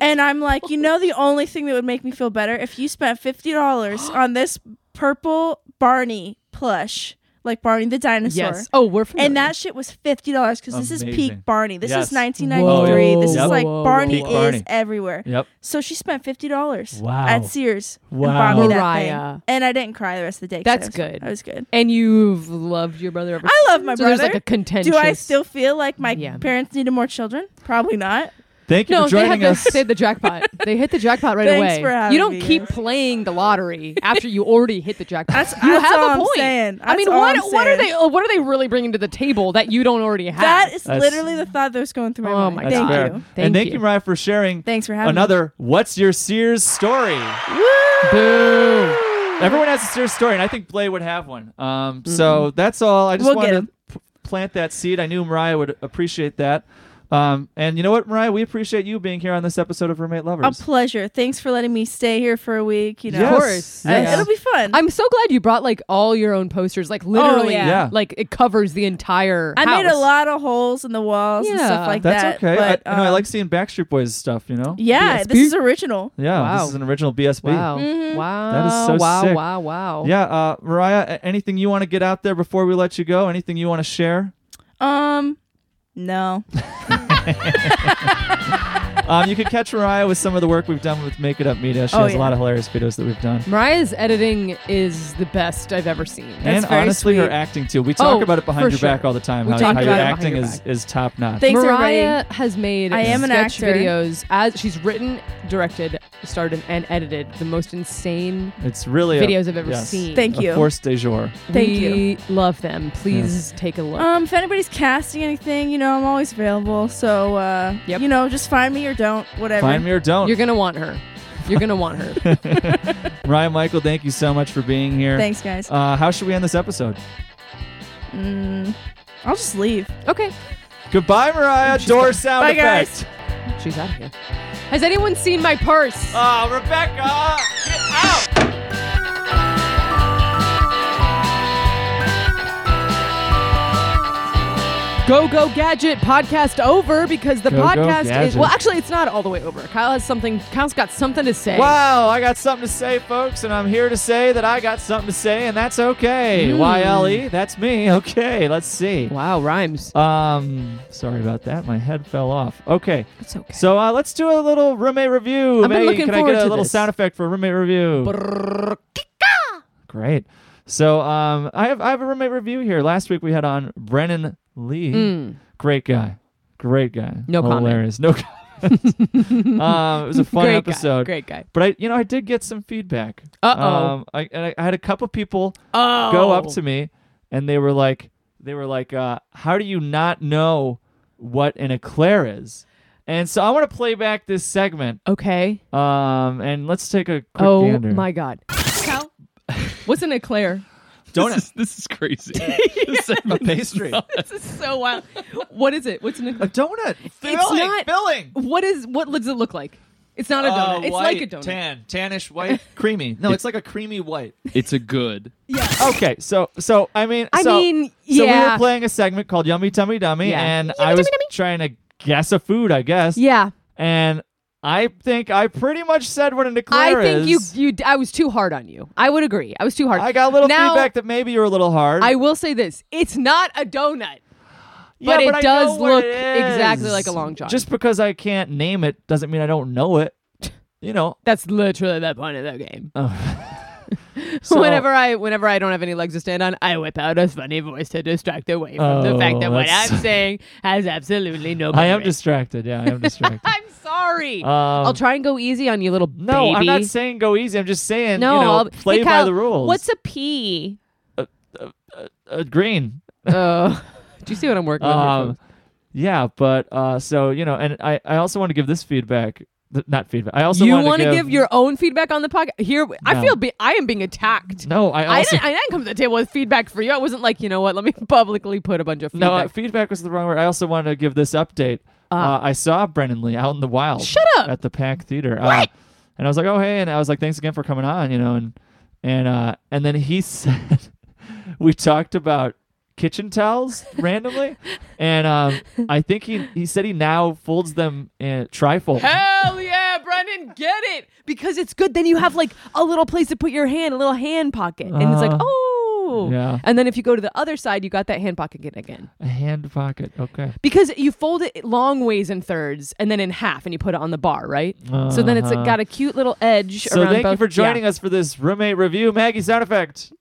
Speaker 3: and I'm like, you know, the only thing that would make me feel better if you spent fifty dollars on this purple Barney plush, like Barney the dinosaur.
Speaker 2: yes. Oh, we're familiar.
Speaker 3: And that shit was fifty dollars because this is
Speaker 1: Amazing.
Speaker 3: peak Barney. This
Speaker 1: Yes.
Speaker 3: is 1993.
Speaker 2: Whoa.
Speaker 3: This
Speaker 1: Yep.
Speaker 3: is like
Speaker 2: Whoa.
Speaker 3: Barney
Speaker 1: Peak
Speaker 3: is
Speaker 1: Barney.
Speaker 3: everywhere.
Speaker 1: Yep.
Speaker 3: So she spent fifty dollars
Speaker 1: Wow.
Speaker 3: at Sears. and
Speaker 1: Wow.
Speaker 3: bought me that
Speaker 2: Mariah.
Speaker 3: thing. And I didn't cry the rest of the day. 'cause
Speaker 2: That's
Speaker 3: I was-
Speaker 2: good.
Speaker 3: I was good.
Speaker 2: And you've loved your brother ever
Speaker 3: I love my
Speaker 2: so
Speaker 3: brother.
Speaker 2: There's like a contentious.
Speaker 3: Do I still feel like my
Speaker 2: Yeah.
Speaker 3: parents needed more children? Probably not.
Speaker 1: Thank you
Speaker 2: No,
Speaker 1: for
Speaker 2: they
Speaker 1: joining
Speaker 2: had the,
Speaker 1: us.
Speaker 2: they had the jackpot. They hit the jackpot right
Speaker 3: Thanks
Speaker 2: away.
Speaker 3: for having
Speaker 2: you don't
Speaker 3: me.
Speaker 2: keep playing the lottery after you already hit the jackpot.
Speaker 3: That's-
Speaker 2: you
Speaker 3: that's
Speaker 2: have
Speaker 3: all
Speaker 2: a
Speaker 3: I'm
Speaker 2: point.
Speaker 3: saying.
Speaker 2: I mean,
Speaker 3: That's all
Speaker 2: what
Speaker 3: I'm
Speaker 2: what are
Speaker 3: saying.
Speaker 2: they what are they really bringing to the table that you don't already have?
Speaker 3: That is
Speaker 1: That's-
Speaker 3: literally the thought that was going through my
Speaker 2: Ah, Oh
Speaker 3: mind.
Speaker 2: my
Speaker 1: That's
Speaker 3: Thank
Speaker 1: fair.
Speaker 3: you.
Speaker 2: Thank
Speaker 1: and thank you.
Speaker 2: you.
Speaker 1: Mariah, for sharing
Speaker 3: Thanks for having me.
Speaker 1: another What's Your Sears Story.
Speaker 2: Boo.
Speaker 1: Everyone has a Sears story, and I think Blay would have one. Um, So that's all. I just
Speaker 3: Mm-hmm. We'll get
Speaker 1: wanted to
Speaker 3: him.
Speaker 1: p- plant that seed. I knew Mariah would appreciate that. Um, and you know what, Mariah? We appreciate you being here on this episode of Roommate Lovers.
Speaker 3: A pleasure. Thanks for letting me stay here for a week. You know,
Speaker 1: Yes.
Speaker 2: Of course.
Speaker 3: Uh,
Speaker 1: Yes.
Speaker 3: it'll be fun.
Speaker 2: I'm so glad you brought like all your own posters. Like literally,
Speaker 6: yeah.
Speaker 1: Yeah.
Speaker 2: like it covers the entire.
Speaker 3: Oh, I made a
Speaker 2: house.
Speaker 3: lot of holes in the walls and
Speaker 2: Yeah.
Speaker 3: stuff like
Speaker 1: that's
Speaker 3: that.
Speaker 1: okay.
Speaker 3: But,
Speaker 1: I, you know, I
Speaker 3: um,
Speaker 1: like seeing Backstreet Boys stuff. You know?
Speaker 3: Yeah,
Speaker 2: BSB.
Speaker 3: this is original.
Speaker 1: Yeah.
Speaker 2: Wow.
Speaker 1: This is an original BSB.
Speaker 2: Wow!
Speaker 3: Mhm.
Speaker 2: Wow!
Speaker 1: That is so
Speaker 2: wow!
Speaker 1: sick.
Speaker 2: Wow! Wow!
Speaker 1: Yeah, uh, Mariah. a- Anything you want to get out there before we let you go? Anything you want to share?
Speaker 3: Um, no.
Speaker 1: Um, you can catch Mariah with some of the work we've done with Make It Up Media. She
Speaker 3: Oh,
Speaker 1: has a
Speaker 3: yeah.
Speaker 1: lot of hilarious videos that we've done.
Speaker 2: Mariah's editing is the best I've ever seen.
Speaker 1: and
Speaker 3: very
Speaker 1: honestly, her
Speaker 3: sweet.
Speaker 1: acting too. We talk
Speaker 2: Oh,
Speaker 1: about it behind
Speaker 2: for
Speaker 1: your
Speaker 2: sure.
Speaker 1: back all the time.
Speaker 2: We
Speaker 1: how
Speaker 2: talk
Speaker 1: how
Speaker 2: about
Speaker 1: your
Speaker 2: it
Speaker 1: acting
Speaker 2: behind your
Speaker 1: is,
Speaker 2: back.
Speaker 1: is top notch.
Speaker 3: Thanks,
Speaker 2: Mariah
Speaker 3: everybody.
Speaker 2: has made
Speaker 3: I am an
Speaker 2: sketch
Speaker 3: actor.
Speaker 2: videos as she's written, directed, starred, and- and edited the most insane
Speaker 1: It's really a-
Speaker 2: videos I've ever
Speaker 1: yes,
Speaker 2: seen.
Speaker 3: Thank
Speaker 1: a
Speaker 3: you.
Speaker 1: Force de jour.
Speaker 3: Thank
Speaker 2: we love them. Please take a look.
Speaker 3: Um, if anybody's casting anything, you know, I'm always available. So, uh,
Speaker 2: Yep.
Speaker 3: you know, just find me or don't, whatever.
Speaker 1: Find me or don't.
Speaker 2: You're gonna want her. You're gonna want her.
Speaker 1: Mariah Michael, thank you so much for being here.
Speaker 3: Thanks, guys.
Speaker 1: Uh, how should we end this episode?
Speaker 3: Mm, I'll just leave.
Speaker 2: okay,
Speaker 1: Goodbye, Mariah. Door sound
Speaker 3: Bye,
Speaker 1: effect.
Speaker 3: guys.
Speaker 2: she's out of here. Has anyone seen my purse?
Speaker 1: Oh, Rebecca! Get out!
Speaker 2: Go Go Gadget podcast over because the
Speaker 1: Go, go,
Speaker 2: podcast is
Speaker 1: gadget.
Speaker 2: well. Actually, it's not all the way over. Kyle has something. Kyle's got something to say.
Speaker 1: Wow, I got something to say, folks, and I'm here to say that I got something to say, and that's okay.
Speaker 2: Mm.
Speaker 1: YLE, that's me. Okay, let's see.
Speaker 2: Wow, rhymes.
Speaker 1: Um, sorry about that. My head fell off. Okay,
Speaker 2: It's okay.
Speaker 1: so uh, let's do a little roommate review.
Speaker 2: I've been
Speaker 1: Maggie,
Speaker 2: looking
Speaker 1: can I
Speaker 2: forward
Speaker 1: get a
Speaker 2: to
Speaker 1: little
Speaker 2: this.
Speaker 1: sound effect for roommate review? Great. So um, I have I have a roommate review here. Last week we had on Brennan Lee. Great guy. Great guy.
Speaker 2: Mm. No comment.
Speaker 1: Hilarious. No comment. um, it was a fun
Speaker 2: Great
Speaker 1: episode.
Speaker 2: guy. Great guy.
Speaker 1: But I, you know, I did get some feedback.
Speaker 2: Uh-oh.
Speaker 1: Um, I, and I, I had a couple people
Speaker 2: Oh,
Speaker 1: go up to me, and they were like, they were like, uh, "How do you not know what an eclair is?" And so I want to play back this segment.
Speaker 2: Okay.
Speaker 1: Um, and let's take a quick
Speaker 2: Oh
Speaker 1: gander.
Speaker 2: my God. Kyle, what's an eclair?
Speaker 1: Don't
Speaker 7: This is, this is crazy. This segment is
Speaker 1: pastry.
Speaker 7: nuts.
Speaker 2: This is so wild. What is it? What's an eclair?
Speaker 1: A donut. Filling.
Speaker 2: not-
Speaker 1: filling.
Speaker 2: What is? What does it look like? It's not a
Speaker 1: Uh,
Speaker 2: donut. it's
Speaker 1: white,
Speaker 2: like a donut.
Speaker 1: Tan, tannish white, creamy. No, it's like a creamy white.
Speaker 8: It's a good.
Speaker 1: Okay, so so I mean,
Speaker 2: I
Speaker 1: so,
Speaker 2: mean,
Speaker 1: so we
Speaker 2: yeah.
Speaker 1: were playing a segment called Yummy Tummy Dummy,
Speaker 2: Yeah.
Speaker 1: and I was trying to guess a food, I guess.
Speaker 2: Yeah.
Speaker 1: and I think I pretty much said what an
Speaker 2: I
Speaker 1: eclair
Speaker 2: think you
Speaker 1: is.
Speaker 2: you. I was too hard on you. I would agree. I was too hard.
Speaker 1: I got a little
Speaker 2: Now-
Speaker 1: feedback that maybe you were a little hard.
Speaker 2: I will say this: it's not a donut.
Speaker 1: Yeah,
Speaker 2: but it
Speaker 1: I
Speaker 2: does
Speaker 1: know what
Speaker 2: look
Speaker 1: it is.
Speaker 2: exactly like a Long John.
Speaker 1: Just because I can't name it doesn't mean I don't know it. You know,
Speaker 2: That's literally the point of the game.
Speaker 1: Oh, so-
Speaker 2: whenever I whenever I don't have any legs to stand on, I whip out a funny voice to distract away from
Speaker 1: Oh,
Speaker 2: the fact that what
Speaker 1: that's-
Speaker 2: I'm saying has absolutely no.
Speaker 1: I am
Speaker 2: merit.
Speaker 1: distracted. Yeah, I am distracted.
Speaker 2: I'm sorry.
Speaker 1: Um,
Speaker 2: I'll try and go easy on you, little
Speaker 1: No,
Speaker 2: baby.
Speaker 1: I'm not saying go easy. I'm just saying
Speaker 2: no,
Speaker 1: you know
Speaker 2: I'll,
Speaker 1: play
Speaker 2: Hey,
Speaker 1: by
Speaker 2: Kyle,
Speaker 1: the rules.
Speaker 2: What's a P?
Speaker 1: uh, green?
Speaker 2: Oh, do you see what I'm working on?
Speaker 1: Um, yeah, but uh, so you know, and I, I also want to give this feedback. Th- not feedback. I also
Speaker 2: You
Speaker 1: want to
Speaker 2: give your own feedback on the podcast? Here,
Speaker 1: No.
Speaker 2: I feel be- I am being attacked.
Speaker 1: no. I
Speaker 2: I
Speaker 1: also
Speaker 2: didn't, I didn't come to the table with feedback for you. I wasn't like, you know what? Let me publicly put a bunch of
Speaker 1: No,
Speaker 2: feedback. Ah.
Speaker 1: uh, feedback was the wrong word. I also wanted to give this update. Uh, I saw Brennan Lee out in the wild.
Speaker 2: Shut up!
Speaker 1: At the Pack Theater. What? and I was like, oh hey, and I was like, thanks again for coming on, you know, and and uh, and then he said, we talked about kitchen towels randomly, and um, I think he he said he now folds them in trifold.
Speaker 2: Hell yeah, Brennan, get it because it's good. Then you have like a little place to put your hand, a little hand pocket, and it's
Speaker 1: Uh,
Speaker 2: like, oh,
Speaker 1: yeah.
Speaker 2: And then if you go to the other side, you got that hand pocket again, again
Speaker 1: A hand pocket. Okay.
Speaker 2: because you fold it long ways in thirds and then in half, and you put it on the bar, right? So then it's
Speaker 1: Uh-huh.
Speaker 2: like, got a cute little edge.
Speaker 1: So
Speaker 2: around
Speaker 1: thank you
Speaker 2: both-
Speaker 1: for joining
Speaker 2: yeah.
Speaker 1: us for this roommate review, Maggie sound effect.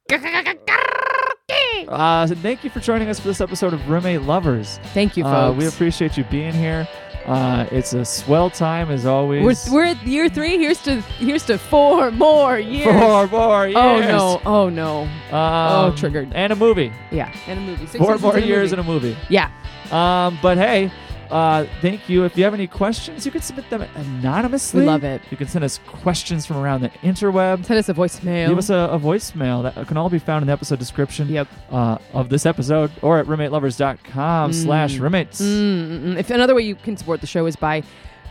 Speaker 1: Uh, so thank you for joining us for this episode of Roommate Lovers.
Speaker 2: Thank you,
Speaker 1: Uh,
Speaker 2: folks.
Speaker 1: we appreciate you being here. Uh, it's a swell time as
Speaker 2: We're,
Speaker 1: always.
Speaker 2: we're at year three. Here's to here's to four more years.
Speaker 1: Four more years.
Speaker 2: Oh no! Oh no!
Speaker 1: Um,
Speaker 2: Oh, triggered.
Speaker 1: And a movie.
Speaker 2: Yeah, and a movie. Six
Speaker 1: Four
Speaker 2: seasons
Speaker 1: more
Speaker 2: and a
Speaker 1: years
Speaker 2: movie.
Speaker 1: and a movie.
Speaker 2: yeah.
Speaker 1: Um, but hey, uh, thank you. If you have any questions, you can submit them anonymously.
Speaker 2: We love it.
Speaker 1: You can send us questions from around the interweb.
Speaker 2: Send us a voicemail.
Speaker 1: Leave us a, a voicemail that can all be found in the episode description
Speaker 2: Yep.
Speaker 1: uh, of this episode or at roommatelovers.com
Speaker 2: Mm.
Speaker 1: slash roommates.
Speaker 2: Mm-mm-mm. If another way you can support the show is by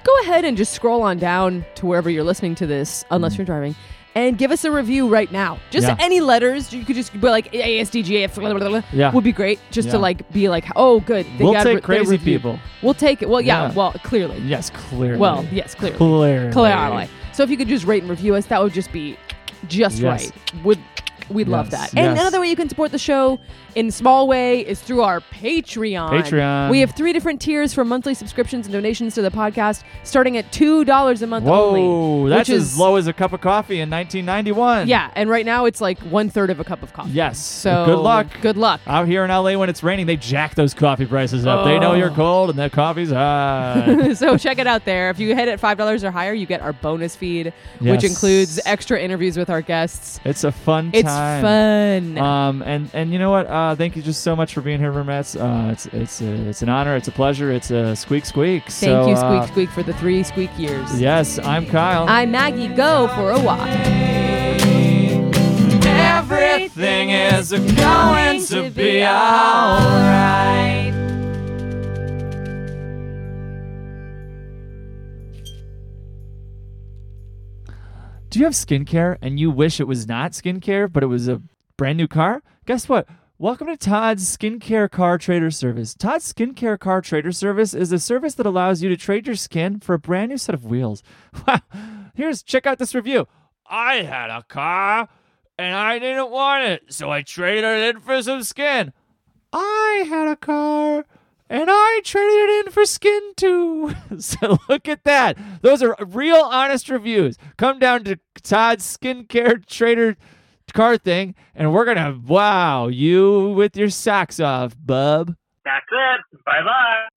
Speaker 2: go ahead and just scroll on down to wherever you're listening to this, unless you're driving, and give us a review right now. Just
Speaker 1: Mm. Yeah.
Speaker 2: any letters you could just be like ASDGF blah, blah, blah,
Speaker 1: Yeah.
Speaker 2: would be great. Just
Speaker 1: Yeah.
Speaker 2: to like be like, oh good, they
Speaker 1: We'll
Speaker 2: got
Speaker 1: take
Speaker 2: re- they
Speaker 1: crazy
Speaker 2: reviewed.
Speaker 1: people.
Speaker 2: We'll take it. Well, yeah.
Speaker 1: Yeah.
Speaker 2: Well, clearly.
Speaker 1: Yes, clearly.
Speaker 2: Well, yes, clearly.
Speaker 1: Clearly.
Speaker 2: Clearly. So if you could just rate and review us, that would just be just
Speaker 1: Yes.
Speaker 2: right. Would we'd love
Speaker 1: Yes,
Speaker 2: that. And
Speaker 1: yes.
Speaker 2: another way you can support the show in small way is through our Patreon.
Speaker 1: Patreon.
Speaker 2: We have three different tiers for monthly subscriptions and donations to the podcast, starting at two dollars a month
Speaker 1: Whoa,
Speaker 2: only.
Speaker 1: that's
Speaker 2: which
Speaker 1: as
Speaker 2: is-
Speaker 1: low as a cup of coffee in 1991.
Speaker 2: Yeah, and right now it's like one third of a cup of coffee.
Speaker 1: Yes.
Speaker 2: So
Speaker 1: good luck.
Speaker 2: Good luck.
Speaker 1: Out here in LA, when it's raining, they jack those coffee prices up. They know
Speaker 2: Oh.
Speaker 1: you're cold, and that coffee's hot.
Speaker 2: so check it out there. If you hit at five dollars or higher, you get our bonus feed,
Speaker 1: Yes.
Speaker 2: which includes extra interviews with our guests.
Speaker 1: it's a fun
Speaker 2: It's
Speaker 1: time.
Speaker 2: fun.
Speaker 1: Um, and and you know what? Uh, thank you just so much for being here, Mermets. Uh, it's it's a, it's an honor. It's a pleasure. It's a squeak squeak.
Speaker 2: Thank
Speaker 1: So,
Speaker 2: you,
Speaker 1: uh,
Speaker 2: Squeak Squeak, for the three squeak years.
Speaker 1: Yes, I'm Kyle.
Speaker 2: I'm Maggie. Go for a walk.
Speaker 1: Everything is going to be alright. Do you have skincare and you wish it was not skincare, but it was a brand new car? Guess what? Welcome to Todd's Skincare Car Trader Service. Todd's Skincare Car Trader Service is a service that allows you to trade your skin for a brand new set of wheels. Wow. Here's check out this review. I had a car and I didn't want it, so I traded it in for some skin. I had a car and I traded it in for skin too. so look at that. Those are real honest reviews. Come down to Todd's skincare trader car thing and we're going to wow you with your socks off, bub.
Speaker 8: That's it. Bye bye.